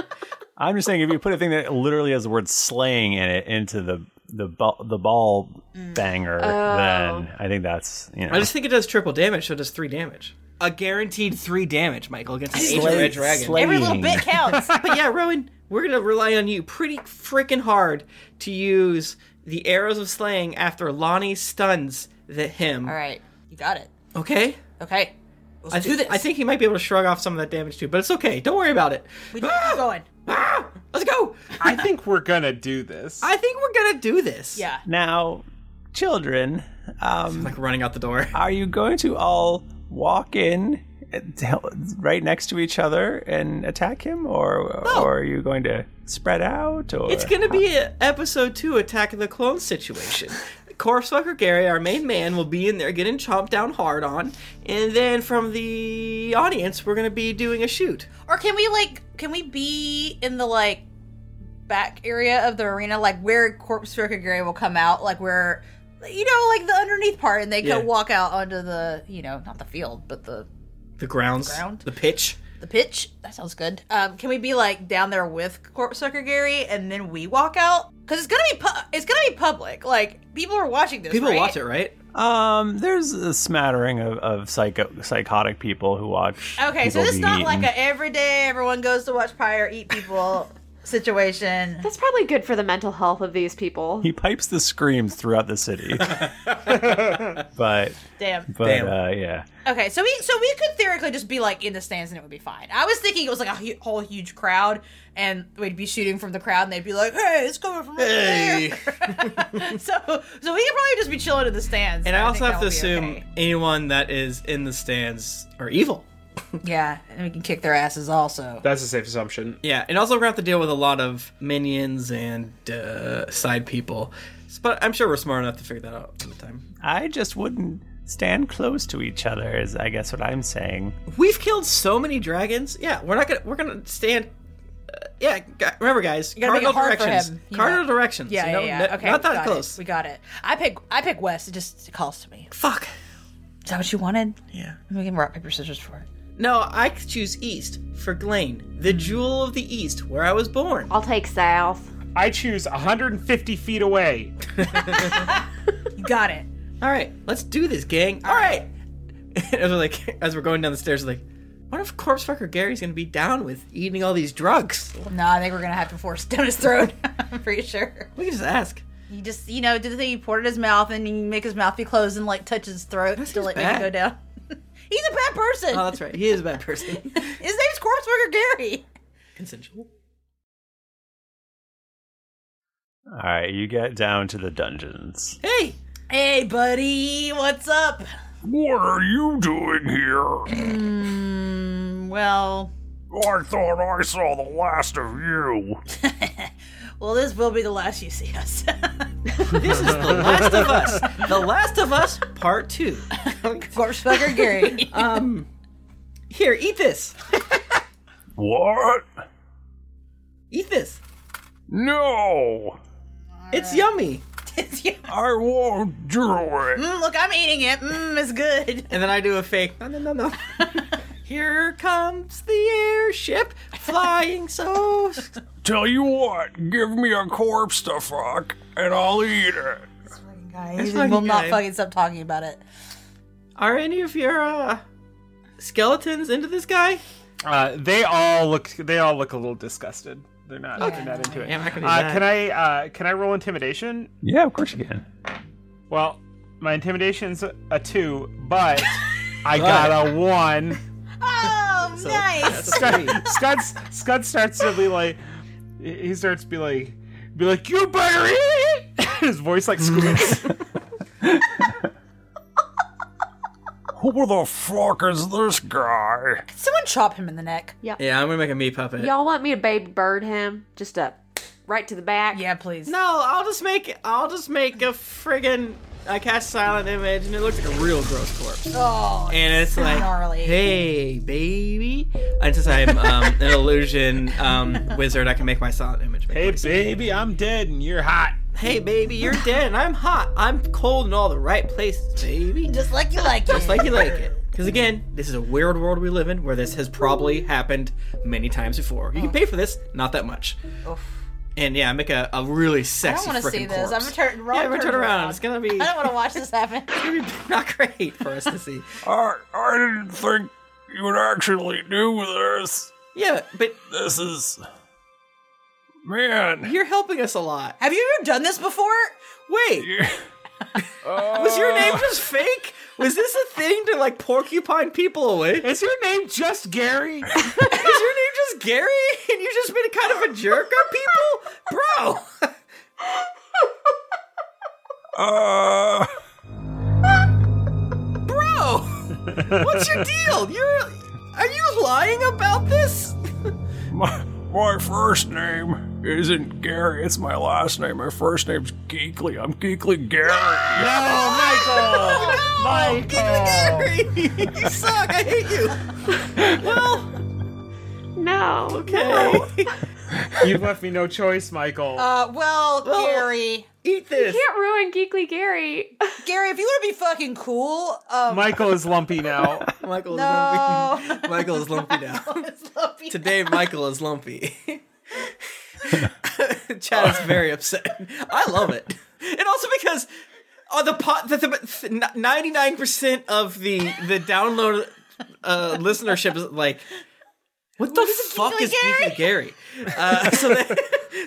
Speaker 1: I'm just saying if you put a thing that literally has the word slaying in it into the the ball the ball
Speaker 4: Mm.
Speaker 1: banger,
Speaker 4: Oh.
Speaker 1: then I think that's you know
Speaker 4: I just think it does triple damage, so it does three damage. A guaranteed three damage, Michael, against an ancient
Speaker 1: Slay-
Speaker 4: red dragon.
Speaker 3: Every
Speaker 1: slaying.
Speaker 3: little bit counts.
Speaker 4: but yeah, Rowan, we're gonna rely on you pretty freaking hard to use the arrows of slaying after Lonnie stuns the him.
Speaker 3: all right, you got it.
Speaker 4: Okay.
Speaker 3: Okay, let's
Speaker 4: I,
Speaker 3: do this.
Speaker 4: I think he might be able to shrug off some of that damage too, but it's okay. Don't worry about it.
Speaker 3: we just keep going.
Speaker 4: Ah, let's go.
Speaker 5: I think we're gonna do this.
Speaker 4: I think we're gonna do this.
Speaker 3: Yeah.
Speaker 1: Now, children, um,
Speaker 4: Like running out the door.
Speaker 1: are you going to all walk in and tell- right next to each other and attack him, or or are you going to spread out? Or
Speaker 4: It's gonna be a episode two Attack of the Clones situation. Corpsefucker Gary, our main man, will be in there getting chomped down hard on, and then from the audience, we're gonna be doing a shoot.
Speaker 3: Or can we like? Can we be in the like back area of the arena, like where Corpse Circuit Gary will come out, like where you know, like the underneath part, and they
Speaker 4: Yeah.
Speaker 3: can walk out onto the you know, not the field, but the
Speaker 4: The grounds,
Speaker 3: Ground?
Speaker 4: the pitch.
Speaker 3: the pitch. That sounds good. Um, can we be like down there with Corpse Circuit Gary, and then we walk out? Because it's gonna be pu- it's gonna be public. Like people are watching this.
Speaker 4: People
Speaker 3: right?
Speaker 4: watch it, right?
Speaker 1: Um, there's a smattering of, of psycho psychotic people who watch.
Speaker 3: Okay,
Speaker 1: people
Speaker 3: so this is
Speaker 1: be
Speaker 3: not
Speaker 1: eaten.
Speaker 3: like a everyday everyone goes to watch Pyre eat people situation.
Speaker 2: that's probably good for the mental health of these people.
Speaker 1: He pipes the screams throughout the city, but
Speaker 3: Damn.
Speaker 1: but
Speaker 4: Damn.
Speaker 1: Uh, yeah,
Speaker 3: Okay, so we so we could theoretically just be like in the stands and it would be fine. I was thinking it was like a hu- whole huge crowd and we'd be shooting from the crowd and they'd be like, "Hey, it's coming from over
Speaker 4: Hey.
Speaker 3: there." so so we could probably just be chilling in the stands.
Speaker 4: And I also
Speaker 3: think
Speaker 4: have to
Speaker 3: that would
Speaker 4: assume
Speaker 3: be okay.
Speaker 4: anyone that is in the stands are evil.
Speaker 3: yeah, and we can kick their asses also.
Speaker 5: That's a safe assumption.
Speaker 4: Yeah, and also we're gonna have to deal with a lot of minions and uh, side people. S- But I'm sure we're smart enough to figure that out in the time.
Speaker 1: I just wouldn't stand close to each other. Is I guess what I'm saying.
Speaker 4: We've killed so many dragons. Yeah, we're not gonna we're gonna stand. Uh, yeah, gu- remember guys,
Speaker 3: gotta make it
Speaker 4: cardinal
Speaker 3: hard for
Speaker 4: directions.
Speaker 3: him, you
Speaker 4: Cardinal
Speaker 3: know.
Speaker 4: directions.
Speaker 3: Yeah,
Speaker 4: you know,
Speaker 3: yeah,
Speaker 4: n-
Speaker 3: yeah. okay,
Speaker 4: not
Speaker 3: we
Speaker 4: that
Speaker 3: got it.
Speaker 4: close.
Speaker 3: We got it. I pick I pick West. It just calls to me.
Speaker 4: Fuck.
Speaker 3: Is that what you wanted?
Speaker 4: Yeah.
Speaker 3: We can rock paper scissors for it.
Speaker 4: No, I could choose East for Glane,
Speaker 3: Hmm.
Speaker 4: the jewel of the East, where I was born.
Speaker 2: I'll take South.
Speaker 5: I choose 150 feet away.
Speaker 3: You got it.
Speaker 4: All right, let's do this, gang. All right. as we're like, as we're going down the stairs, we're like, what if corpse fucker Gary's gonna be down with eating all these drugs?
Speaker 3: No, I think we're gonna have to force it down his throat. I'm pretty sure.
Speaker 4: We can just ask.
Speaker 3: You just, you know, do the thing. You pour it in his mouth and you make his mouth be closed and like touch his throat to
Speaker 4: seems
Speaker 3: like make it
Speaker 4: bad.
Speaker 3: go down. He's a bad person.
Speaker 4: Oh, that's right. He is a bad person.
Speaker 3: his name's Corpseburger Gary.
Speaker 4: Consensual.
Speaker 1: All right, you get down to the dungeons.
Speaker 4: Hey,
Speaker 3: Hey, buddy, what's up?
Speaker 11: What are you doing here?
Speaker 3: Hmm,
Speaker 1: Oh,
Speaker 3: Well,
Speaker 11: I thought I saw the last of you.
Speaker 3: well, this will be the last you see us.
Speaker 4: this is The Last of Us. The Last of Us Part 2.
Speaker 3: Corpseburger Gary.
Speaker 4: Um, here, eat this.
Speaker 1: What?
Speaker 4: Eat this.
Speaker 1: No.
Speaker 4: It's yummy.
Speaker 1: I won't do it.
Speaker 3: Mm, look, I'm eating it. Mmm, it's good.
Speaker 4: And then I do a fake. No, no, no, no. Here comes the airship flying so.
Speaker 1: Tell you what, give me a corpse to fuck, and I'll eat it.
Speaker 3: Guys,
Speaker 4: It's
Speaker 3: you will
Speaker 4: fucking
Speaker 3: not
Speaker 4: good.
Speaker 3: fucking stop talking about it.
Speaker 4: Are any of your uh, skeletons into this guy?
Speaker 5: Uh, they all look. They all look a little disgusted. They're not.
Speaker 4: Okay.
Speaker 5: They're not into it.
Speaker 4: Yeah, I'm not gonna do
Speaker 5: uh,
Speaker 4: that.
Speaker 5: can I? Uh, can I roll intimidation?
Speaker 1: Yeah, of course you can.
Speaker 5: Well, my intimidation's a two, but I got a one.
Speaker 3: Oh, nice.
Speaker 5: Scud, Scud, Scud starts to be like, he starts to be like, be like, you better eat it. His voice like squeaks.
Speaker 1: Who the fuck is this guy?
Speaker 3: Someone chop him in the neck.
Speaker 2: Yep.
Speaker 4: Yeah, I'm gonna make a meat puppet.
Speaker 2: Y'all want me to baby bird him? Just up, right to the back?
Speaker 3: Yeah, please.
Speaker 4: No, I'll just make I'll just make a friggin' I cast silent image and it looks like a real gross corpse.
Speaker 3: Oh,
Speaker 4: and it's
Speaker 3: so
Speaker 4: like,
Speaker 3: gnarly.
Speaker 4: hey baby, and since I'm um, an illusion um, wizard, I can make my silent image. Make
Speaker 5: hey
Speaker 4: my-
Speaker 5: baby, I'm dead and you're hot.
Speaker 4: Hey baby, you're dead and I'm hot. I'm cold in all the right places, baby.
Speaker 3: Just like you like
Speaker 4: Just
Speaker 3: it.
Speaker 4: like you like it. Because again, this is a weird world we live in where this has probably happened many times before. You can pay for this, not that much. And yeah, make a, a really
Speaker 3: I don't
Speaker 4: sexy.
Speaker 3: want to see
Speaker 4: frickin'
Speaker 3: this. I'm
Speaker 4: corpse.
Speaker 3: gonna turn.
Speaker 4: Yeah, I'm gonna turn around. It's gonna be
Speaker 3: I don't want to watch this happen.
Speaker 4: not great for us to see.
Speaker 1: I I didn't think you would actually do this.
Speaker 4: Yeah, but
Speaker 1: This is man.
Speaker 4: you're helping us a lot.
Speaker 3: Have you ever done this before?
Speaker 4: Wait, was your name just fake? Was this a thing to like porcupine people away?
Speaker 5: Is your name just Gary?
Speaker 4: Is your name just Gary? And you just been kind of a jerk on people, bro?
Speaker 1: Uh,
Speaker 4: Bro, what's your deal? oh, You're are you lying about this?
Speaker 1: my, my first name isn't Gary. It's my last name. My first name's Geekly. I'm Geekly Gary.
Speaker 5: No, Michael. Michael.
Speaker 4: Gary, you suck. I hate you. Well,
Speaker 2: No.
Speaker 4: okay.
Speaker 5: You've left me no choice, Michael.
Speaker 3: Uh, well, Gary,
Speaker 4: Eat this.
Speaker 2: Can't ruin Geekly Gary.
Speaker 3: Gary, if you want to be fucking cool, um,
Speaker 5: Michael is lumpy now.
Speaker 4: Michael is
Speaker 3: no.
Speaker 4: lumpy. Michael is lumpy now. Today, Michael is lumpy. Chad is very upset. I love it, and also because uh, the pot the ninety nine percent of the the download uh, listenership is like, what the fuck is Geekly Gary? Uh, so, then,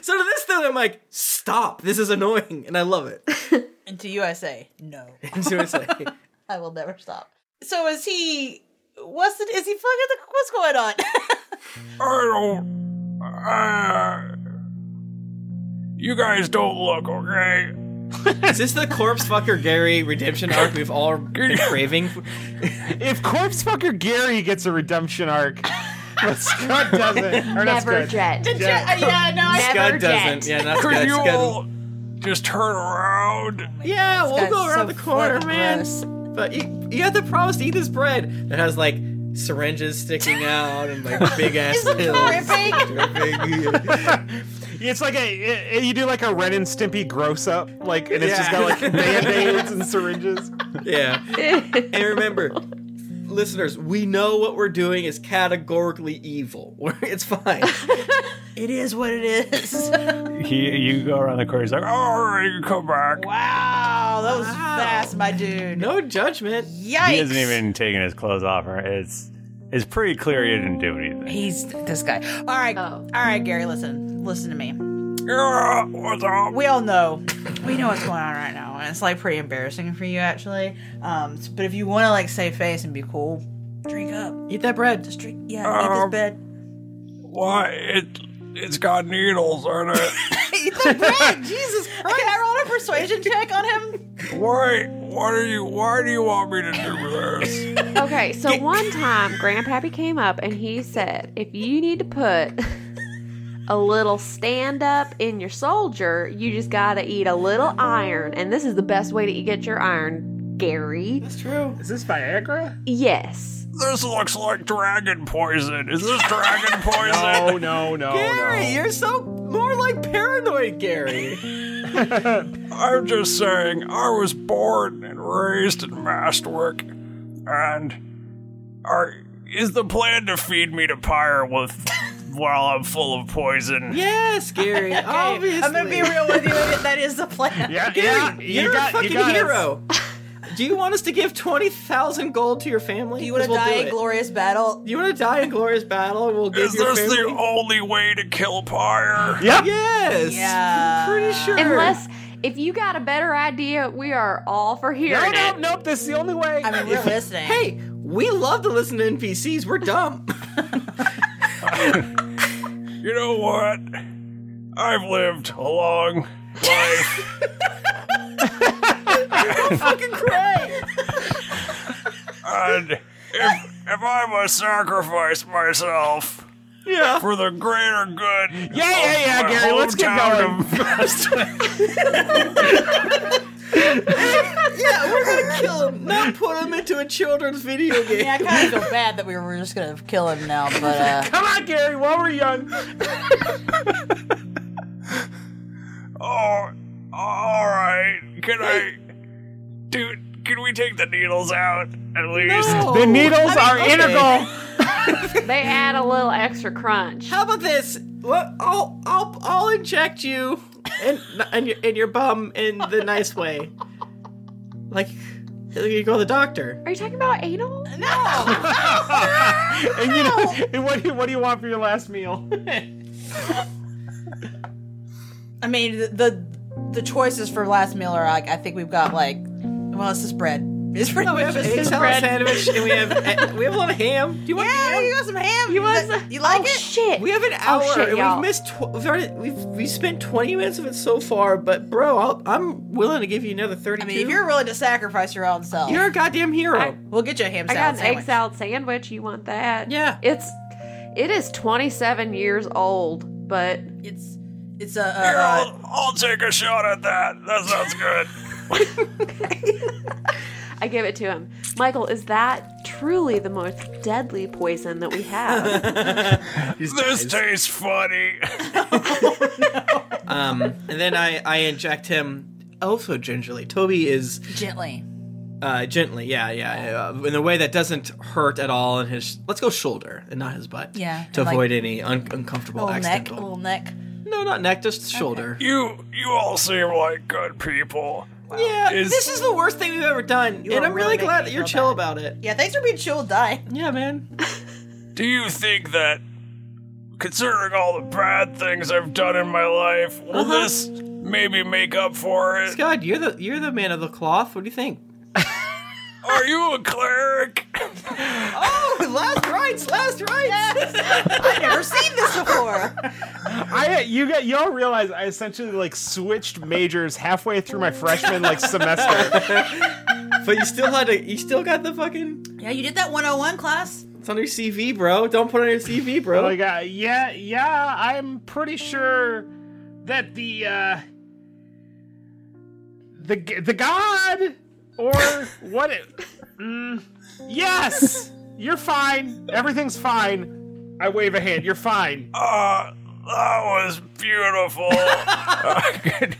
Speaker 4: so to this thing, I'm like, stop. This is annoying, and I love it.
Speaker 3: Into USA, no,
Speaker 4: Seriously,
Speaker 3: I will never stop. So is he? What's the, is he fucking? The, what's going on?
Speaker 1: I don't. Uh, you guys don't look okay.
Speaker 4: is this the corpse fucker Gary redemption arc we've all been craving? for?
Speaker 5: If corpse fucker Gary gets a redemption arc, but Scott doesn't. Or not
Speaker 2: Never
Speaker 5: Scott.
Speaker 2: jet.
Speaker 4: uh,
Speaker 5: Yeah.
Speaker 3: yeah, no, I
Speaker 2: Never
Speaker 4: Scud doesn't.
Speaker 2: jet.
Speaker 4: Yeah, that's
Speaker 1: Could
Speaker 4: good.
Speaker 1: you
Speaker 4: Scud-
Speaker 1: all just turn around?
Speaker 4: Yeah, we'll
Speaker 3: guy's
Speaker 4: go
Speaker 3: so
Speaker 4: around the corner,
Speaker 3: fucking
Speaker 4: man.
Speaker 3: gross.
Speaker 4: But you, you have to promise to eat this bread that has like syringes sticking out and like big ass pills.
Speaker 3: dripping.
Speaker 5: It's like a it- it- you do like a Ren and Stimpy gross up, like, and it's just
Speaker 4: Yeah.
Speaker 5: got like band aids and syringes.
Speaker 4: Yeah. and remember, listeners, we know what we're doing is categorically evil. We're- it's fine.
Speaker 3: it is what it is.
Speaker 1: He, you go around the corner. He's like, "Oh, "All right, you come back."
Speaker 3: Wow, Oh, that was fast, my dude.
Speaker 4: No judgment.
Speaker 3: Yikes.
Speaker 1: He hasn't even taken his clothes off. Or it's it's pretty clear he didn't do anything.
Speaker 3: He's this guy. All right,
Speaker 4: Oh.
Speaker 3: all right, Gary. Listen, listen to me.
Speaker 1: Yeah, what's up?
Speaker 3: We all know, we know what's going on right now, and it's like pretty embarrassing for you actually. Um, s- but if you want to like save face and be cool, drink up.
Speaker 4: Eat that bread.
Speaker 3: Just drink. Yeah,
Speaker 10: Uh,
Speaker 3: eat this
Speaker 1: Um,
Speaker 3: bed.
Speaker 1: Why it it's got needles in it?
Speaker 3: eat the bread. Jesus Christ! Can I roll a persuasion check on him?
Speaker 1: why? What are you? Why do you want me to do this?
Speaker 2: Okay, so one time Grandpappy came up and he said, if you need to put a little stand up in your soldier, you just gotta eat a little iron, and this is the best way to get your iron, Gary.
Speaker 5: It's true. Is this Viagra?
Speaker 2: Yes.
Speaker 10: This looks like dragon poison. Is this dragon poison?
Speaker 5: No, no, no,
Speaker 4: Gary, you're so more like paranoid, Gary.
Speaker 10: I'm just saying, I was born and raised in Mastwick, and are is the plan to feed me to Pyre with while I'm full of poison?
Speaker 4: Yes, Gary. obviously.
Speaker 3: I'm gonna be real with you. That is the plan.
Speaker 4: Yeah, Gary, you're a fucking hero. do you want us to give 20,000 gold to your family?
Speaker 3: Do you want to die in glorious battle?
Speaker 4: You want to die in glorious battle? and We'll give
Speaker 10: Is
Speaker 4: your
Speaker 10: this the
Speaker 4: family-
Speaker 10: only way to kill Pyre?
Speaker 4: Yes.
Speaker 2: Yeah.
Speaker 4: pretty sure.
Speaker 2: Unless if you got a better idea, we are all for hearing
Speaker 4: no,
Speaker 2: it.
Speaker 4: no, this is the only way. I
Speaker 3: mean, we're listening.
Speaker 4: Hey, we love to listen to NPCs. We're dumb.
Speaker 10: You know what? I've lived a long life.
Speaker 4: fucking cray.
Speaker 10: and if, if I must sacrifice myself
Speaker 4: yeah.
Speaker 10: for the greater good.
Speaker 5: Yeah, yeah,
Speaker 10: of
Speaker 5: yeah,
Speaker 10: my
Speaker 5: Gary, let's get
Speaker 10: hometown of-
Speaker 4: yeah, we're gonna kill him, not put him into a children's video game.
Speaker 3: Yeah, I kind of feel bad that we were just gonna kill him now, but uh,
Speaker 5: Come on, Gary, while we're young.
Speaker 10: Oh, all right. Can I, dude? Can we take the needles out at least?
Speaker 5: The needles are
Speaker 4: Uh,
Speaker 5: integral.
Speaker 2: they add a little extra crunch.
Speaker 4: How about this? Well, I'll I'll I'll inject you and and your and your bum in the nice way, like you go to the doctor.
Speaker 2: Are you talking about anal?
Speaker 5: and you know, and what, do you, what do you want for your last meal?
Speaker 3: I mean the, the the choices for last meal are like I think we've got like well it's just bread. It's pretty
Speaker 4: No, Oh, we
Speaker 3: much
Speaker 4: have a egg
Speaker 3: just
Speaker 4: salad sandwich and we have eh, we have a lot of ham. Do you want
Speaker 3: Yeah,
Speaker 4: ham?
Speaker 3: you got some ham.
Speaker 2: You want
Speaker 3: Is
Speaker 2: some-
Speaker 3: that- you like
Speaker 2: oh,
Speaker 3: it?
Speaker 2: Shit.
Speaker 4: We have an hour,
Speaker 2: Oh, shit,
Speaker 4: and
Speaker 2: y'all.
Speaker 4: we've missed. Tw- we've, already, we've we spent twenty minutes of it so far, but bro, I'll, I'm willing to give you another thirty.
Speaker 3: I mean, if you're willing to sacrifice your own self,
Speaker 4: a goddamn hero.
Speaker 3: we'll get you a ham
Speaker 2: I
Speaker 3: salad
Speaker 2: got an
Speaker 3: sandwich.
Speaker 2: egg salad sandwich. You want that?
Speaker 4: Yeah.
Speaker 2: It's it is 27 years old, but
Speaker 3: It's it's a,
Speaker 4: uh,
Speaker 3: a, uh,
Speaker 10: Here,
Speaker 3: a
Speaker 10: I'll, I'll take a shot at that. That sounds good.
Speaker 2: I give it to him. Michael, is that truly the most deadly poison that we have?
Speaker 10: this tastes funny.
Speaker 4: um, and then I I inject him also gingerly. Toby is
Speaker 3: gently.
Speaker 4: uh, gently, yeah, yeah, uh, in a way that doesn't hurt at all. In his let's go shoulder and not his butt.
Speaker 3: Yeah,
Speaker 4: to
Speaker 3: and, like,
Speaker 4: avoid any un- uncomfortable
Speaker 3: Little neck,
Speaker 4: accidental.
Speaker 3: little neck.
Speaker 4: No, not neck, just shoulder.
Speaker 10: You, you all seem like good people.
Speaker 4: Yeah,
Speaker 10: Is-
Speaker 4: this is the worst thing we've ever done,
Speaker 3: You
Speaker 4: and
Speaker 3: are
Speaker 4: I'm really
Speaker 3: really making
Speaker 4: glad
Speaker 3: me
Speaker 4: that you're
Speaker 3: feel
Speaker 4: chill
Speaker 3: bad.
Speaker 4: about it.
Speaker 3: Yeah, thanks for being chill. Die.
Speaker 4: Yeah, man.
Speaker 10: Do you think that, considering all the bad things I've done in my life, will
Speaker 4: Uh-huh.
Speaker 10: this maybe make up for it?
Speaker 4: Scott, you're the you're the man of the cloth. What do you think?
Speaker 10: Are you a cleric?
Speaker 4: Oh, last rites, last rites.
Speaker 3: I've never seen this before.
Speaker 5: I you got y'all realize I essentially like switched majors halfway through my freshman like semester.
Speaker 4: But you still had to. You still got the fucking.
Speaker 3: Yeah, you did that 101 class.
Speaker 4: It's on your CV, E bro. Don't put it on your CV, bro.
Speaker 5: Like uh, yeah, yeah, I'm pretty sure that the uh the g- the god or what it mm, Yes. You're fine. Everything's fine. I wave a hand. You're fine.
Speaker 10: Ah, that was beautiful. I could-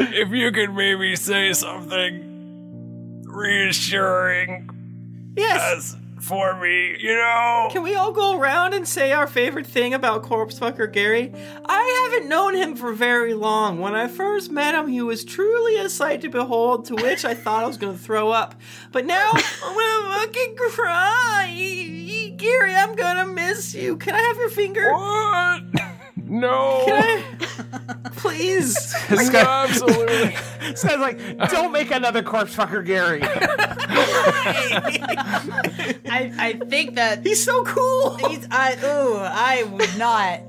Speaker 10: if you could maybe say something reassuring
Speaker 4: yes.
Speaker 10: as for me, you know.
Speaker 4: Can we all go around and say our favorite thing about corpse fucker Gary? I haven't known him for very long. When I first met him, he was truly a sight to behold. To which I thought I was going to throw up, but now I'm going to fucking cry. Gary, I'm going to miss you. Can I have your finger?
Speaker 10: What? No.
Speaker 4: Can I? Please.
Speaker 10: Absolutely.
Speaker 5: This guy's like, don't make another corpse fucker Gary.
Speaker 3: I, I think that
Speaker 4: He's so cool.
Speaker 3: He's, I ooh, I would not.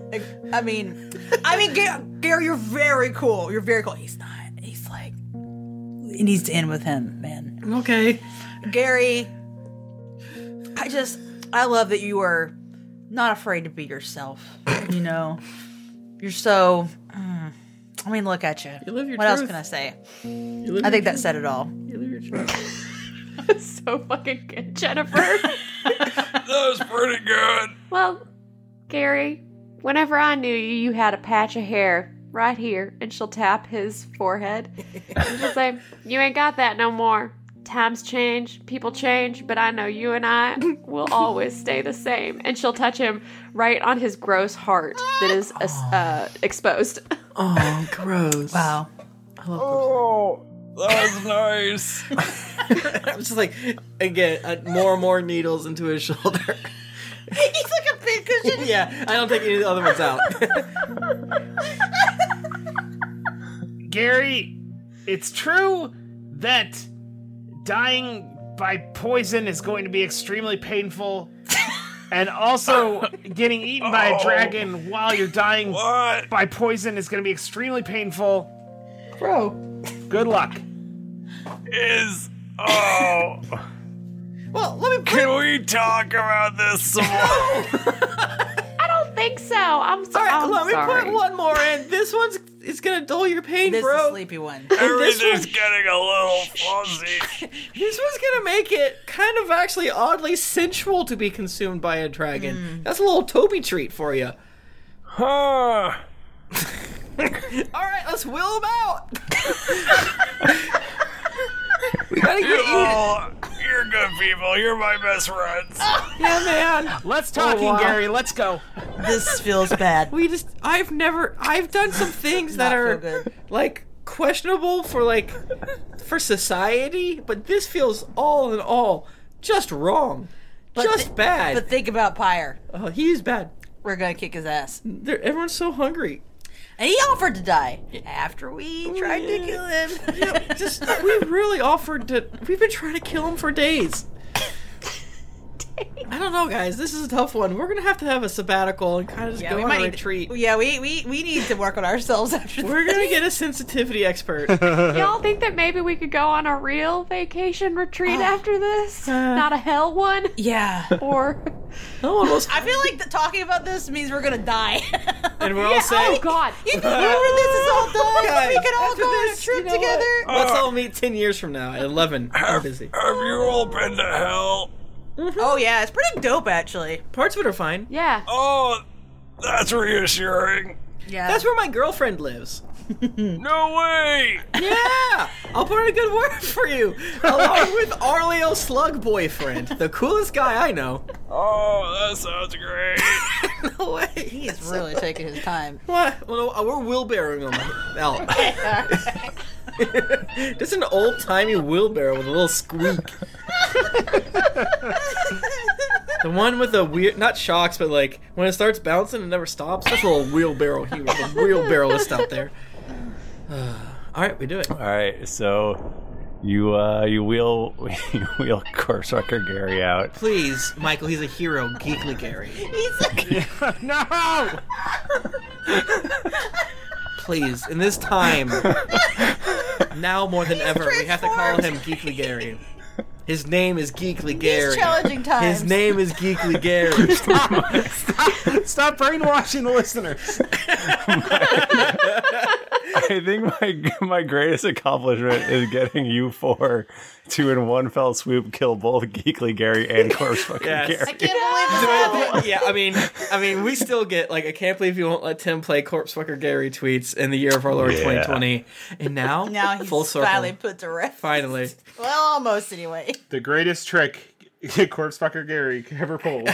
Speaker 3: I mean, I mean, Gary, Gary, you're very cool. You're very cool. He's not. He's like, it needs to end with him, man.
Speaker 4: Okay.
Speaker 3: Gary, I just, I love that you are not afraid to be yourself. You know, you're so. mm, I mean, look at you.
Speaker 4: You live your
Speaker 3: what else
Speaker 4: truth.
Speaker 3: can I say?
Speaker 4: You live
Speaker 3: I
Speaker 4: your
Speaker 3: think that said it all.
Speaker 4: You live your truth.
Speaker 2: so fucking good, Jennifer.
Speaker 10: That was pretty good.
Speaker 2: well, Gary, whenever I knew you, you had a patch of hair right here, and she'll tap his forehead. and she'll say, You ain't got that no more. Times change, people change, but I know you and I will always stay the same. And she'll touch him right on his gross heart that is uh, uh, exposed.
Speaker 4: Oh, gross. Wow.
Speaker 10: Oh, that was nice.
Speaker 4: I'm just like, again, uh, more and more needles into his shoulder.
Speaker 3: He's like a pincushion.
Speaker 4: yeah, I don't take any of the other ones out.
Speaker 5: Gary, it's true that dying by poison is going to be extremely painful. And also, getting eaten by a
Speaker 10: Oh.
Speaker 5: dragon while you're dying by poison is going to be extremely painful. Bro. Good luck.
Speaker 10: Is oh.
Speaker 3: Well, let me.
Speaker 10: Can we talk about this some more?
Speaker 2: I don't think so. I'm, so- I'm
Speaker 4: let me
Speaker 2: sorry.
Speaker 4: put one more in. This one's it's gonna dull your pain,
Speaker 3: This is
Speaker 4: bro.
Speaker 3: a sleepy one.
Speaker 10: Everything's getting a little fuzzy.
Speaker 4: This one's gonna make it kind of actually oddly sensual to be consumed by a dragon.
Speaker 3: Hmm.
Speaker 4: That's a little Toby treat for you.
Speaker 10: Huh.
Speaker 4: All right, let's wheel him out. we gotta
Speaker 10: you all, you're good people. You're my best friends.
Speaker 4: Yeah, man.
Speaker 5: Let's
Speaker 10: talking, Gary.
Speaker 5: Let's go.
Speaker 3: This feels bad.
Speaker 4: We just I've never I've done some things that are like questionable for like for society, but this feels all in all just wrong. just
Speaker 3: thi-
Speaker 4: bad.
Speaker 3: But think about Pyre.
Speaker 4: Oh, he's bad.
Speaker 3: We're gonna kick his ass.
Speaker 4: They're, everyone's so hungry. Oh,
Speaker 3: And he offered to die after we tried to kill him.
Speaker 4: just we really offered to we've been trying to kill him for days I don't know, guys. This is a tough one. We're gonna have to have a sabbatical and kind of just
Speaker 3: Yeah,
Speaker 4: go
Speaker 3: we
Speaker 4: on
Speaker 3: might
Speaker 4: a
Speaker 3: need-
Speaker 4: retreat.
Speaker 3: Yeah, we, we, we need to work on ourselves after
Speaker 4: We're gonna get a sensitivity expert.
Speaker 2: Y'all think that maybe we could go on a real vacation retreat after this? Not a hell one?
Speaker 3: Yeah.
Speaker 2: Or.
Speaker 4: Uh. No one was.
Speaker 3: I feel like the, talking about this means we're gonna die.
Speaker 4: And we're all saying,
Speaker 2: Oh, God.
Speaker 3: You think whenever this is all done,
Speaker 4: Guys,
Speaker 3: we can all
Speaker 4: after
Speaker 3: go on a
Speaker 4: this,
Speaker 3: trip
Speaker 4: you know what?
Speaker 3: together.
Speaker 4: Let's all meet ten years from now at eleven. I'm busy.
Speaker 10: Have you all been to hell?
Speaker 4: Mm-hmm.
Speaker 3: Oh yeah, it's pretty dope actually.
Speaker 4: Parts of it are fine.
Speaker 2: Yeah.
Speaker 10: Oh, that's reassuring.
Speaker 3: Yeah.
Speaker 4: That's where my girlfriend lives.
Speaker 10: No way.
Speaker 4: Yeah, I'll put in a good word for you, along with Arleo Slug boyfriend, the coolest guy I know.
Speaker 10: Oh, that sounds great.
Speaker 4: No way.
Speaker 3: He's really taking his time.
Speaker 4: What? Well, no, we're wheelbarrowing him out. Just an old timey wheelbarrow with a little squeak. the one with the weird, not shocks, but like when it starts bouncing, it never stops. That's a little wheelbarrow here, with a wheelbarrowist out there. all right, we do it.
Speaker 1: All right, so you uh, you wheel you wheel course wrecker Gary out.
Speaker 4: Please, Michael, he's a hero, Geekly Gary.
Speaker 3: He's like,
Speaker 5: no!
Speaker 4: Please, in this time, now more than ever, we have to call him Geekly Gary. His name is Geekly Gary.
Speaker 3: challenging times.
Speaker 4: His name is Geekly Gary.
Speaker 5: Stop brainwashing the listeners.
Speaker 1: I think my my greatest accomplishment is getting you four to in one fell swoop kill both Geekly Gary and course wrecker
Speaker 4: Yes.
Speaker 1: Gary.
Speaker 4: yeah, I mean, I mean, we still get like I can't believe you won't let Tim play Corpse Fucker Gary tweets in the year of our Lord
Speaker 1: Yeah.
Speaker 4: 2020, and now
Speaker 3: now he's
Speaker 4: full circle,
Speaker 3: finally put to rest.
Speaker 4: finally.
Speaker 3: Well, almost anyway.
Speaker 5: The greatest trick Corpse Fucker Gary ever pulled.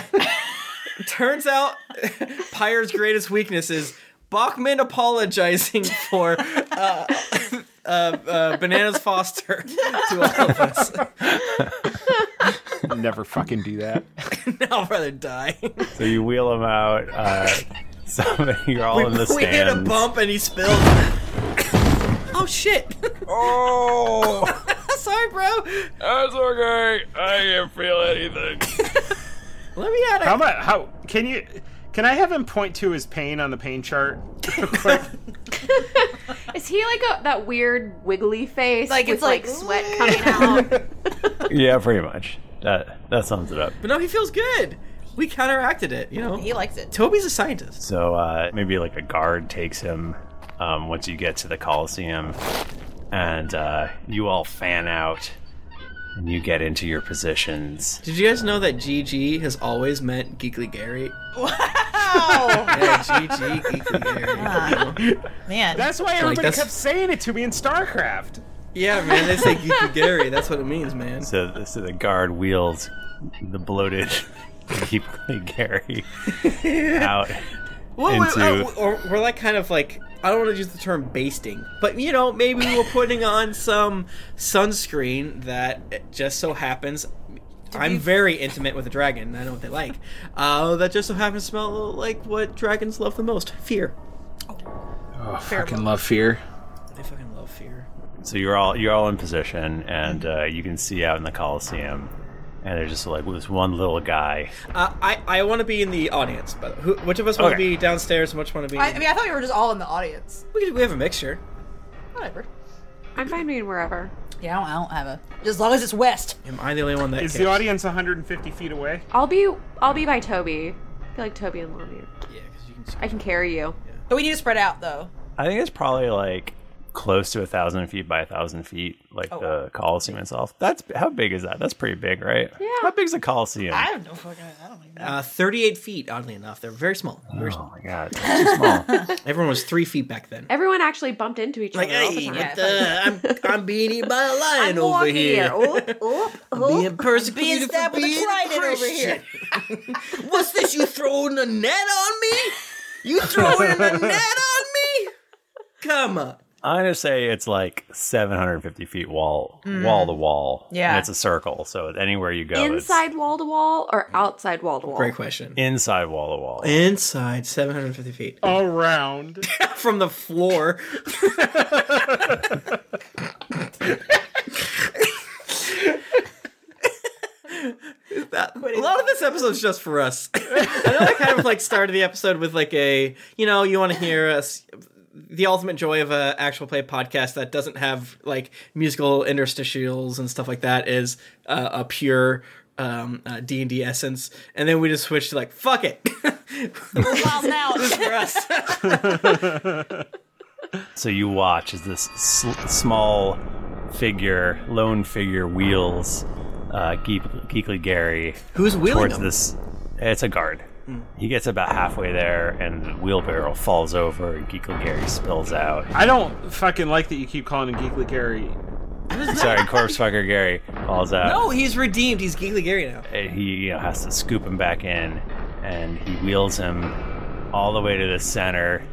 Speaker 4: Turns out, Pyre's greatest weakness is Bachman apologizing for uh, uh, uh, Bananas Foster to all of us.
Speaker 11: Never fucking do that.
Speaker 4: now I'd rather die.
Speaker 1: So you wheel him out. Uh, so you're all in the
Speaker 4: we hit a
Speaker 1: stands.
Speaker 4: bump and he spilled. oh shit!
Speaker 10: Oh,
Speaker 4: Sorry, bro.
Speaker 10: that's okay. I can't feel anything.
Speaker 4: Let me at it.
Speaker 5: How about how can you can I have him point to his pain on the pain chart?
Speaker 2: Is he like a, that weird wiggly face?
Speaker 3: Like,
Speaker 2: with,
Speaker 3: it's
Speaker 2: like,
Speaker 3: like,
Speaker 2: sweat coming out.
Speaker 1: Yeah, pretty much. That that sums it up.
Speaker 4: But no, he feels good. We counteracted it, you know.
Speaker 3: He likes it.
Speaker 4: Toby's a scientist.
Speaker 1: So uh, maybe like a guard takes him um, once you get to the Coliseum, and uh, you all fan out and you get into your positions.
Speaker 4: Did you guys know that GG has always meant Geekly Gary?
Speaker 3: Oh,
Speaker 4: Yeah, GG, Geekly Gary.
Speaker 3: man.
Speaker 5: That's why
Speaker 4: Like,
Speaker 5: everybody
Speaker 4: that's-
Speaker 5: kept saying it to me in StarCraft.
Speaker 4: Yeah, man, they say Geekly Gary. That's what it means, man.
Speaker 1: So, so the guard wheels the bloated Geekly Gary
Speaker 3: Ah.
Speaker 1: out
Speaker 4: Well,
Speaker 1: into.
Speaker 4: we're, or we're like kind of like I don't want to use the term basting, but you know maybe we're putting on some sunscreen that it just so happens. I'm very intimate with a dragon. and I know what they like. Uh, that just so happens to smell like what dragons love the most: fear.
Speaker 12: Oh,
Speaker 4: Fair
Speaker 12: fucking
Speaker 4: enough.
Speaker 12: love fear.
Speaker 4: They fucking love fear.
Speaker 1: So you're all you're all in position, and uh, you can see out in the Coliseum, and there's just like this one little guy.
Speaker 4: Uh, I I want to be in the audience, but who, which of us want to
Speaker 1: Okay.
Speaker 4: be downstairs and which want to be?
Speaker 3: I, I mean, I thought we were just all in the audience.
Speaker 4: we, could- we have a mixture.
Speaker 3: Whatever.
Speaker 2: I'm fine being wherever.
Speaker 3: Yeah, I don't, I don't have a. As long as it's west.
Speaker 4: Am I the only one that
Speaker 5: Is the
Speaker 4: cares?
Speaker 5: audience 150 feet away?
Speaker 2: I'll be I'll be by Toby. I feel like Toby and Lonnie. Yeah, because
Speaker 4: you can.
Speaker 2: I can carry you.
Speaker 3: But we need to spread out though.
Speaker 1: I think it's probably like close to a thousand feet by a thousand feet, like
Speaker 2: Oh,
Speaker 1: the Coliseum itself. That's how big is that? That's pretty big, right? Yeah. How big's the Coliseum?
Speaker 4: don't know. Fucking, I don't even know. Uh, 38 feet, oddly enough. They're very small. Very small.
Speaker 1: Oh my god, too small.
Speaker 4: Everyone was three feet back then.
Speaker 2: Everyone actually bumped into each
Speaker 4: Like,
Speaker 2: other all the
Speaker 4: "Hey,
Speaker 2: time.
Speaker 4: what the- I'm I'm being eaten by a
Speaker 2: I'm
Speaker 4: lion over
Speaker 2: walking
Speaker 4: here.
Speaker 2: here. Oop,
Speaker 4: being persecuted
Speaker 3: Being
Speaker 4: for
Speaker 3: stabbed with a
Speaker 4: being
Speaker 3: trident over here.
Speaker 4: Christian. What's this? You throwing a net on me? You throwing a net on me? Come on.
Speaker 1: I'm gonna say it's like 750 feet wall
Speaker 2: Mm.
Speaker 1: wall to wall.
Speaker 2: Yeah.
Speaker 1: and it's a circle, so anywhere you go, it's
Speaker 2: Inside wall to wall or outside wall to wall?
Speaker 4: Great question.
Speaker 1: inside wall to wall.
Speaker 4: Inside 750 feet.
Speaker 5: Around.
Speaker 4: From the floor. That- a lot of this episode's just for us. I know I kind of like started the episode with like a, you know, you want to hear us the ultimate joy of a actual play podcast that doesn't have like musical interstitials and stuff like that is uh, a pure um, uh, D&D essence. And then we just switched to like, fuck it. Oh,
Speaker 1: So you watch as this sl- small figure, lone figure, wheels uh, Geek- Geekly Gary.
Speaker 4: Who's wheeling
Speaker 1: towards
Speaker 4: him?
Speaker 1: this? It's a guard.
Speaker 4: Hmm.
Speaker 1: He gets about halfway there, and the wheelbarrow falls over, and Geekly Gary spills out.
Speaker 5: I don't fucking like that you keep calling him Geekly Gary.
Speaker 1: Sorry, corpse fucker Gary falls out.
Speaker 4: No, he's redeemed. He's Geekly Gary now.
Speaker 1: and Eh, he you know has to scoop him back in and he wheels him all the way to the center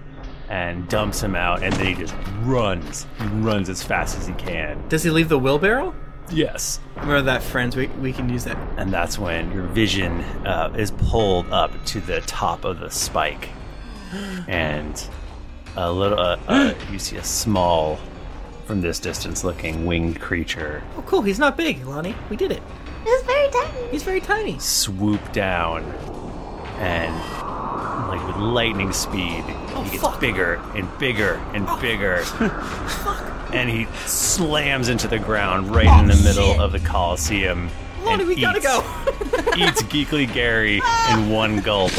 Speaker 1: and dumps him out and then he just runs he runs as fast as he can
Speaker 4: Does he leave the wheelbarrow?
Speaker 1: Yes.
Speaker 4: Remember that, friends. We, we can use that.
Speaker 1: and that's when your vision uh, is pulled up to the top of the spike and a little uh, uh, you see a small from this distance looking winged creature
Speaker 4: Oh, cool. He's not big, Lonnie. We did it.
Speaker 3: He's very tiny.
Speaker 4: He's very tiny.
Speaker 1: swoop down and like with lightning speed
Speaker 4: Oh,
Speaker 1: he gets bigger and bigger and bigger and he slams into the ground right in the middle of the coliseum
Speaker 4: Oh, Lonnie,
Speaker 1: and
Speaker 4: we gotta
Speaker 1: eats,
Speaker 4: go.
Speaker 1: eats geekly gary in one gulp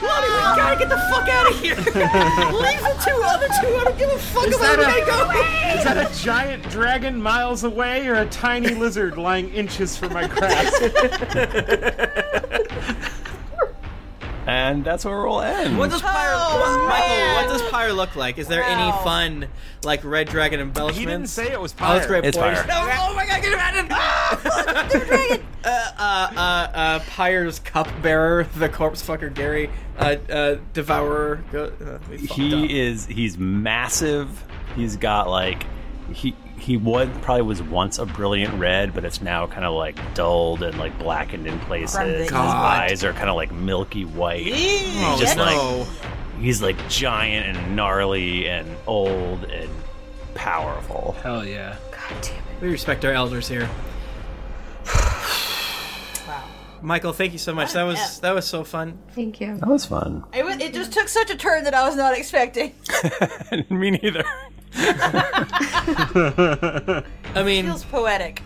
Speaker 4: Lonnie, we gotta get the fuck out of here. Leave the two other two. I don't give a fuck
Speaker 5: Is
Speaker 4: about
Speaker 5: that
Speaker 4: where
Speaker 5: a-
Speaker 4: they go.
Speaker 5: Is that a giant dragon miles away or a tiny lizard lying inches from my grasp?
Speaker 1: and that's where we'll end
Speaker 4: What does Pyre?
Speaker 3: Oh,
Speaker 4: what- Michael, what does Pyre look like? Is there any fun, like Red Dragon embellishments? He didn't say
Speaker 5: it was
Speaker 4: Oh, that's great.
Speaker 1: It's
Speaker 4: point.
Speaker 1: Pyre.
Speaker 4: No, oh my god, get him out of uh, uh, uh, Pyre's cupbearer, the corpse fucker Gary, uh, uh, devourer. Go, uh, we fucked up.
Speaker 1: he is he's massive he's got like he he was probably was once a brilliant red but it's now kind of like dulled and like blackened in places
Speaker 4: Grundy.
Speaker 1: his
Speaker 4: God.
Speaker 1: eyes are kind of like milky white
Speaker 4: Oh,
Speaker 1: he's just
Speaker 4: no.
Speaker 1: like he's like giant and gnarly and old and powerful
Speaker 12: hell yeah
Speaker 4: We respect our elders here. Michael, thank you so much. That was that was so fun.
Speaker 2: Thank you.
Speaker 1: that was fun
Speaker 3: It, was, it just took such a turn that I was not expecting.
Speaker 1: me neither
Speaker 4: I mean,
Speaker 3: Feels poetic.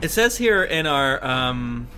Speaker 4: it says here in our um,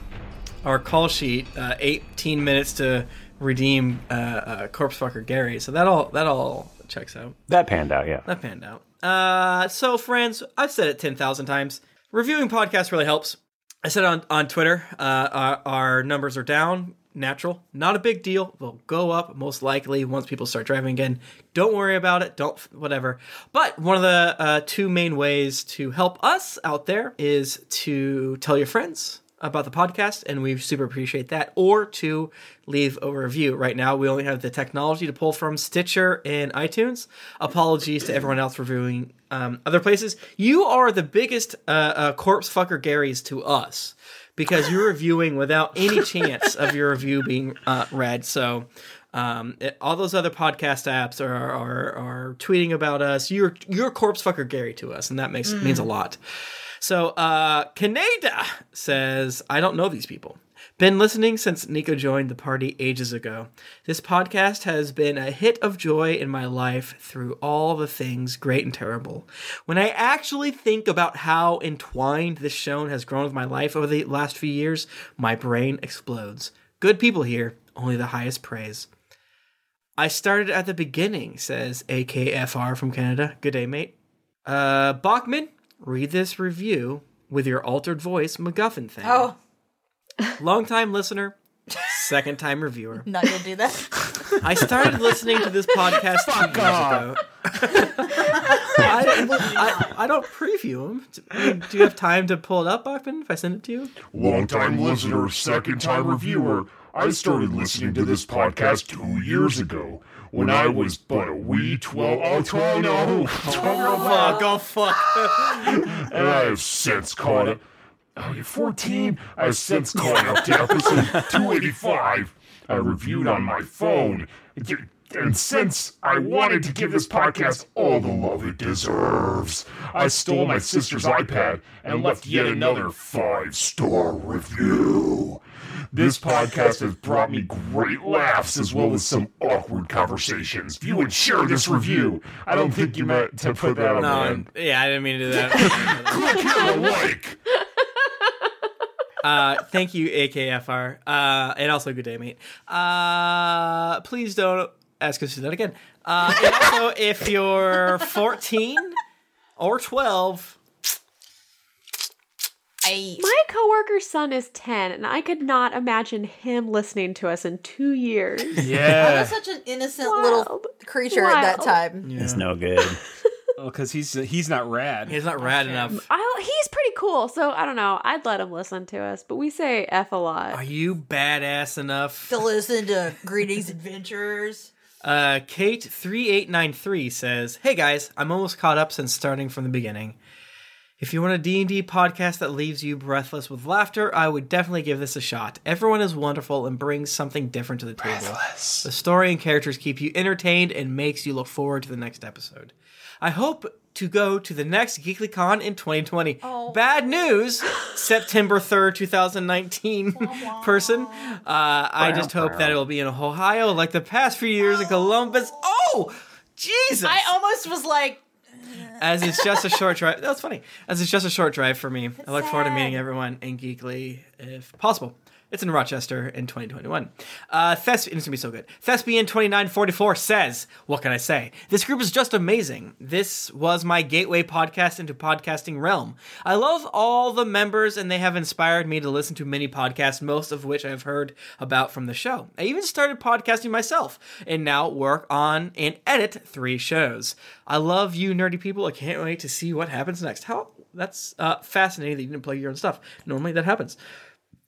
Speaker 4: our call sheet, uh, 18 minutes to redeem uh, uh, corpse fucker Gary. So that all that all checks out.
Speaker 1: that panned out yeah
Speaker 4: That panned out. Uh, so friends, I've said it 10,000 times. Reviewing podcasts really helps. I said on on Twitter, uh, our, our numbers are down. Natural, not a big deal. They'll go up most likely once people start driving again. Don't worry about it. Don't whatever. But one of the uh, two main ways to help us out there is to tell your friends about the podcast, and we super appreciate that. Or to leave a review. Right now, we only have the technology to pull from Stitcher and iTunes. Apologies to everyone else reviewing um, other places. You are the biggest uh, uh, corpse fucker Garys to us because you're reviewing without any chance of your review being uh, read. So. Um, it- all those other podcast apps are, are are tweeting about us. You're you're corpse fucker Gary to us, and that makes
Speaker 13: Mm.
Speaker 4: means a lot. So uh, Canada says, I don't know these people. Been listening since Nico joined the party ages ago. This podcast has been a hit of joy in my life through all the things great and terrible. When I actually think about how entwined this show has grown with my life over the last few years, my brain explodes. Good people here, only the highest praise. I started at the beginning, says AKFR from Canada. Good day, mate. Uh, Bachman, read this review with your altered voice MacGuffin thing.
Speaker 3: Oh,
Speaker 4: Long time listener, second time reviewer.
Speaker 3: not gonna do that.
Speaker 4: I started listening to this podcast two years
Speaker 3: Fuck
Speaker 4: ago. I, I, I don't preview them. I mean, do you have time to pull it up, Bachman, if I send it to you?
Speaker 14: Longtime listener, second time reviewer, I started listening to this podcast two years ago when I was but a wee 12. Oh, 12, no! 12
Speaker 4: fuck, oh
Speaker 14: fuck. and I have since caught up. Oh, you're 14? I have since caught up to episode 285. I reviewed on my phone. And since I wanted to give this podcast all the love it deserves, I stole my sister's iPad and left yet another five star review. This podcast has brought me great laughs as well as some awkward conversations. View and share this review. I don't think you meant to put that on
Speaker 4: No,
Speaker 14: the end.
Speaker 4: I'm- yeah, I didn't mean to do that. uh, thank you, AKFR, uh, and also good day, mate. Uh, please don't ask us to do that again. Uh, and also, if you're 14 or 12,
Speaker 2: My coworker's son is 10, and I could not imagine him listening to us in two years.
Speaker 3: I was such an innocent little creature at that
Speaker 2: Wild.
Speaker 3: time.
Speaker 1: It's no good.
Speaker 13: Well, because he's he's not rad.
Speaker 4: He's not rad enough.
Speaker 2: I, he's pretty cool, so I don't know. I'd let him listen to us, but we say F a lot.
Speaker 4: are you badass enough?
Speaker 3: To listen to Greetings Adventurers.
Speaker 4: Uh, Kate3893 says, Hey guys, I'm almost caught up since starting from the beginning. If you want a D&D podcast that leaves you breathless with laughter, I would definitely give this a shot. Everyone is wonderful and brings something different to the table. The story and characters keep you entertained and makes you look forward to the next episode. I hope to go to the next GeeklyCon in 2020. Bad news, September 3rd, 2019 person. Uh, I just hope that it will be in Ohio like the past few years in Columbus. Oh, Jesus.
Speaker 3: I almost was like,
Speaker 4: As it's just a short drive. That's funny. As it's just a short drive for me. I look forward to meeting everyone in Geekly if possible. It's in Rochester in 2021. Uh, Thes- it's gonna be so good. Thespian2944 says, What can I say? This group is just amazing. This was my gateway podcast into podcasting realm. I love all the members, and they have inspired me to listen to many podcasts, most of which I've heard about from the show. I even started podcasting myself, and now work on and edit three shows. I love you, nerdy people. I can't wait to see what happens next. How that's uh, fascinating that you didn't play your own stuff. Normally that happens.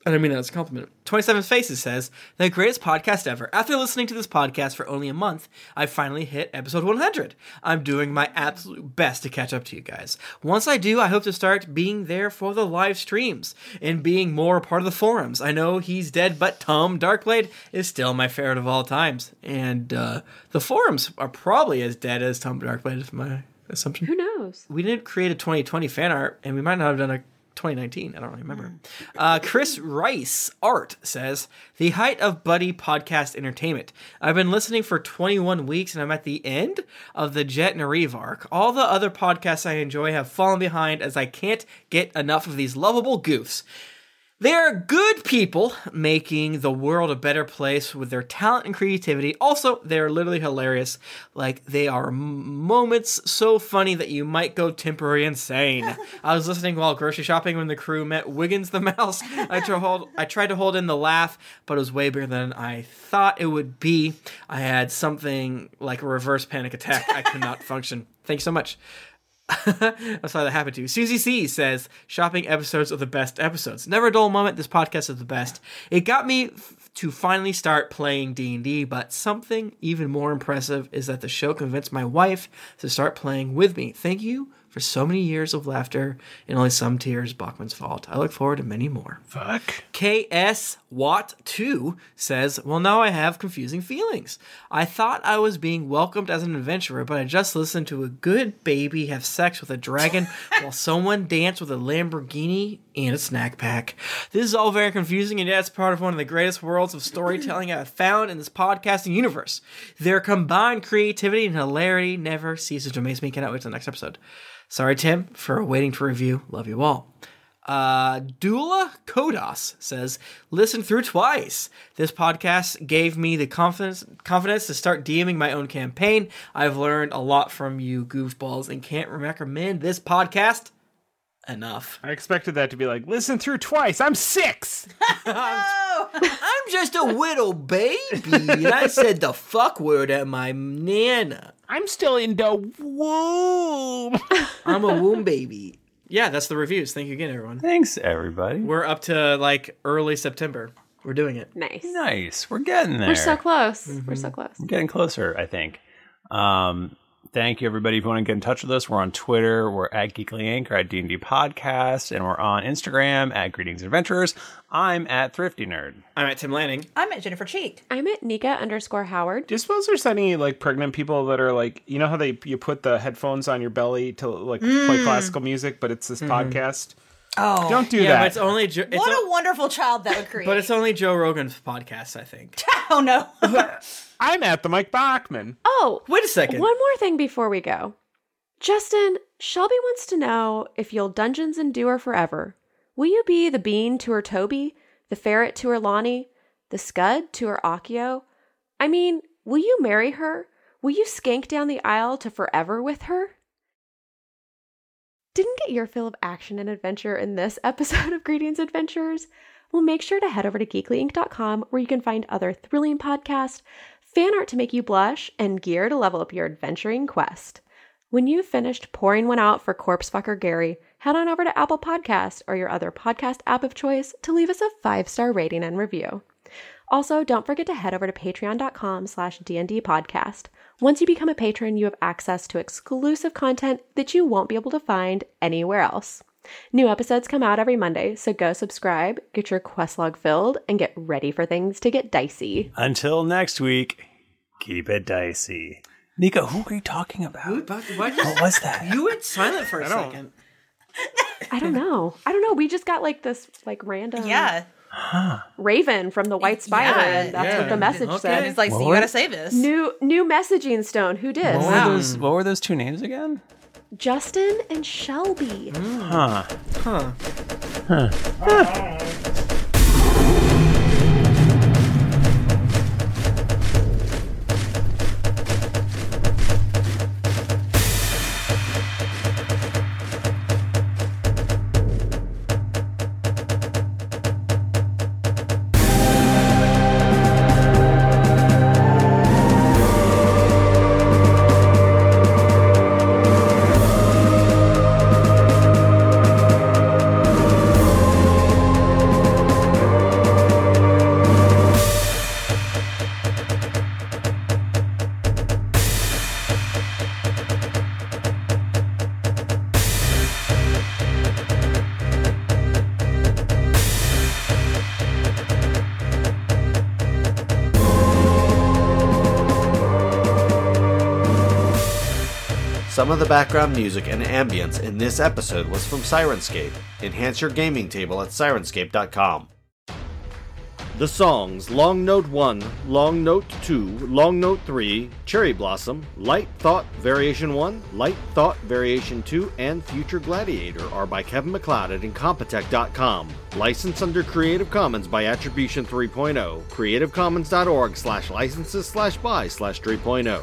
Speaker 4: And I mean that as a compliment. 27 Faces says, the greatest podcast ever. After listening to this podcast for only a month, I finally hit episode 100. I'm doing my absolute best to catch up to you guys. Once I do, I hope to start being there for the live streams and being more a part of the forums. I know he's dead, but Tom Darkblade is still my favorite of all times. And uh, the forums are probably as dead as Tom Darkblade, is my assumption.
Speaker 2: Who knows?
Speaker 4: We didn't create a 2020 fan art, and we might not have done a 2019. I don't really remember. Uh, Chris Rice Art says the height of buddy podcast entertainment. I've been listening for 21 weeks, and I'm at the end of the Jet and Reeve arc. All the other podcasts I enjoy have fallen behind as I can't get enough of these lovable goofs. They are good people making the world a better place with their talent and creativity. Also, they're literally hilarious. Like, they are m- moments so funny that you might go temporary insane. I was listening while grocery shopping when the crew met Wiggins the Mouse. I, tried to hold, I tried to hold in the laugh, but it was way bigger than I thought it would be. I had something like a reverse panic attack. I could not function. Thanks so much. I'm sorry that happened to you. Susie C says, shopping episodes are the best episodes. Never a dull moment. This podcast is the best. It got me f- to finally start playing D&D, but something even more impressive is that the show convinced my wife to start playing with me. Thank you for so many years of laughter and only some tears, Bachman's fault. I look forward to many more. Fuck. KS Watt 2 says, Well, now I have confusing feelings. I thought I was being welcomed as an adventurer, but I just listened to a good baby have sex with a dragon while someone danced with a Lamborghini and a snack pack. This is all very confusing, and yet it's part of one of the greatest worlds of storytelling I've found in this podcasting universe. Their combined creativity and hilarity never ceases to amaze me. Cannot wait till the next episode. Sorry, Tim, for waiting to review. Love you all. Uh, Dula Kodas says, "Listen through twice. This podcast gave me the confidence confidence to start DMing my own campaign. I've learned a lot from you goofballs, and can't recommend this podcast enough."
Speaker 5: I expected that to be like, listen through twice. I'm six.
Speaker 4: I'm just a widow baby, and I said the fuck word at my nana.
Speaker 5: I'm still in the womb.
Speaker 4: I'm a womb baby. Yeah, that's the reviews. Thank you again, everyone.
Speaker 1: Thanks, everybody.
Speaker 4: We're up to like early September. We're doing it.
Speaker 2: Nice.
Speaker 1: Nice. We're getting there.
Speaker 2: We're so close.
Speaker 4: Mm-hmm.
Speaker 2: We're so close.
Speaker 1: We're getting closer, I think. Um, thank you, everybody. If you want to get in touch with us, we're on Twitter. We're at Geekly Inc. or at D&D Podcast. And we're on Instagram at Greetings Adventurers. I'm at Thrifty Nerd.
Speaker 4: I'm at Tim Lanning.
Speaker 3: I'm at Jennifer Cheek.
Speaker 2: I'm at Nika underscore Howard.
Speaker 5: Do you suppose there's any like pregnant people that are like, you know how they you put the headphones on your belly to like play
Speaker 3: Mm.
Speaker 5: classical music, but it's this
Speaker 13: Mm-hmm.
Speaker 4: Mhm.
Speaker 5: podcast?
Speaker 3: Oh,
Speaker 5: don't do
Speaker 4: yeah,
Speaker 5: that.
Speaker 4: But it's only jo- it's
Speaker 3: what
Speaker 4: o-
Speaker 3: a wonderful child that would create.
Speaker 4: but it's only Joe Rogan's podcast, I think.
Speaker 3: oh no.
Speaker 5: I'm at the Mike Bachman.
Speaker 2: Oh,
Speaker 4: wait a second.
Speaker 2: One more thing before we go. Justin, Shelby wants to know if you'll Dungeons and Doer forever. Will you be the bean to her Toby, the ferret to her Lonnie, the scud to her Akio? I mean, will you marry her? Will you skank down the aisle to forever with her? Didn't get your fill of action and adventure in this episode of Greetings Adventures? Well, make sure to head over to geeklyinc.com where you can find other thrilling podcasts, fan art to make you blush, and gear to level up your adventuring quest. When you've finished pouring one out for Corpse Fucker Gary, head on over to Apple Podcast or your other podcast app of choice to leave us a five-star rating and review. Also, don't forget to head over to patreon.com slash D&D podcast. Once you become a patron, you have access to exclusive content that you won't be able to find anywhere else. New episodes come out every Monday, so go subscribe, get your quest log filled, and get ready for things to get dicey.
Speaker 1: Until next week, keep it dicey. Nika, who are you talking about?
Speaker 4: what
Speaker 1: was that?
Speaker 4: You went silent for a
Speaker 1: I don't-
Speaker 4: second.
Speaker 2: I don't know. I don't know. We just got like this like random
Speaker 3: Yeah.
Speaker 2: raven from the White Spider. and That's
Speaker 1: yeah.
Speaker 2: what the message
Speaker 1: Okay.
Speaker 2: said.
Speaker 1: It's like, so you What? gotta say
Speaker 3: this.
Speaker 2: New new messaging stone. Who did?
Speaker 1: What, were those, what were those two names again?
Speaker 2: Justin and Shelby.
Speaker 1: Huh.
Speaker 4: Huh.
Speaker 1: Huh.
Speaker 2: 嗯
Speaker 15: Some of the background music and ambience in this episode was from Sirenscape. Enhance your gaming table at sirenscape.com.
Speaker 16: The songs Long Note 1, Long Note 2, Long Note 3, Cherry Blossom, Light Thought Variation 1, Light Thought Variation 2, and Future Gladiator are by Kevin McLeod at Incompetech.com. Licensed under Creative Commons by Attribution oh. 3.0. CreativeCommons.org slash licenses slash buy slash oh. 3.0.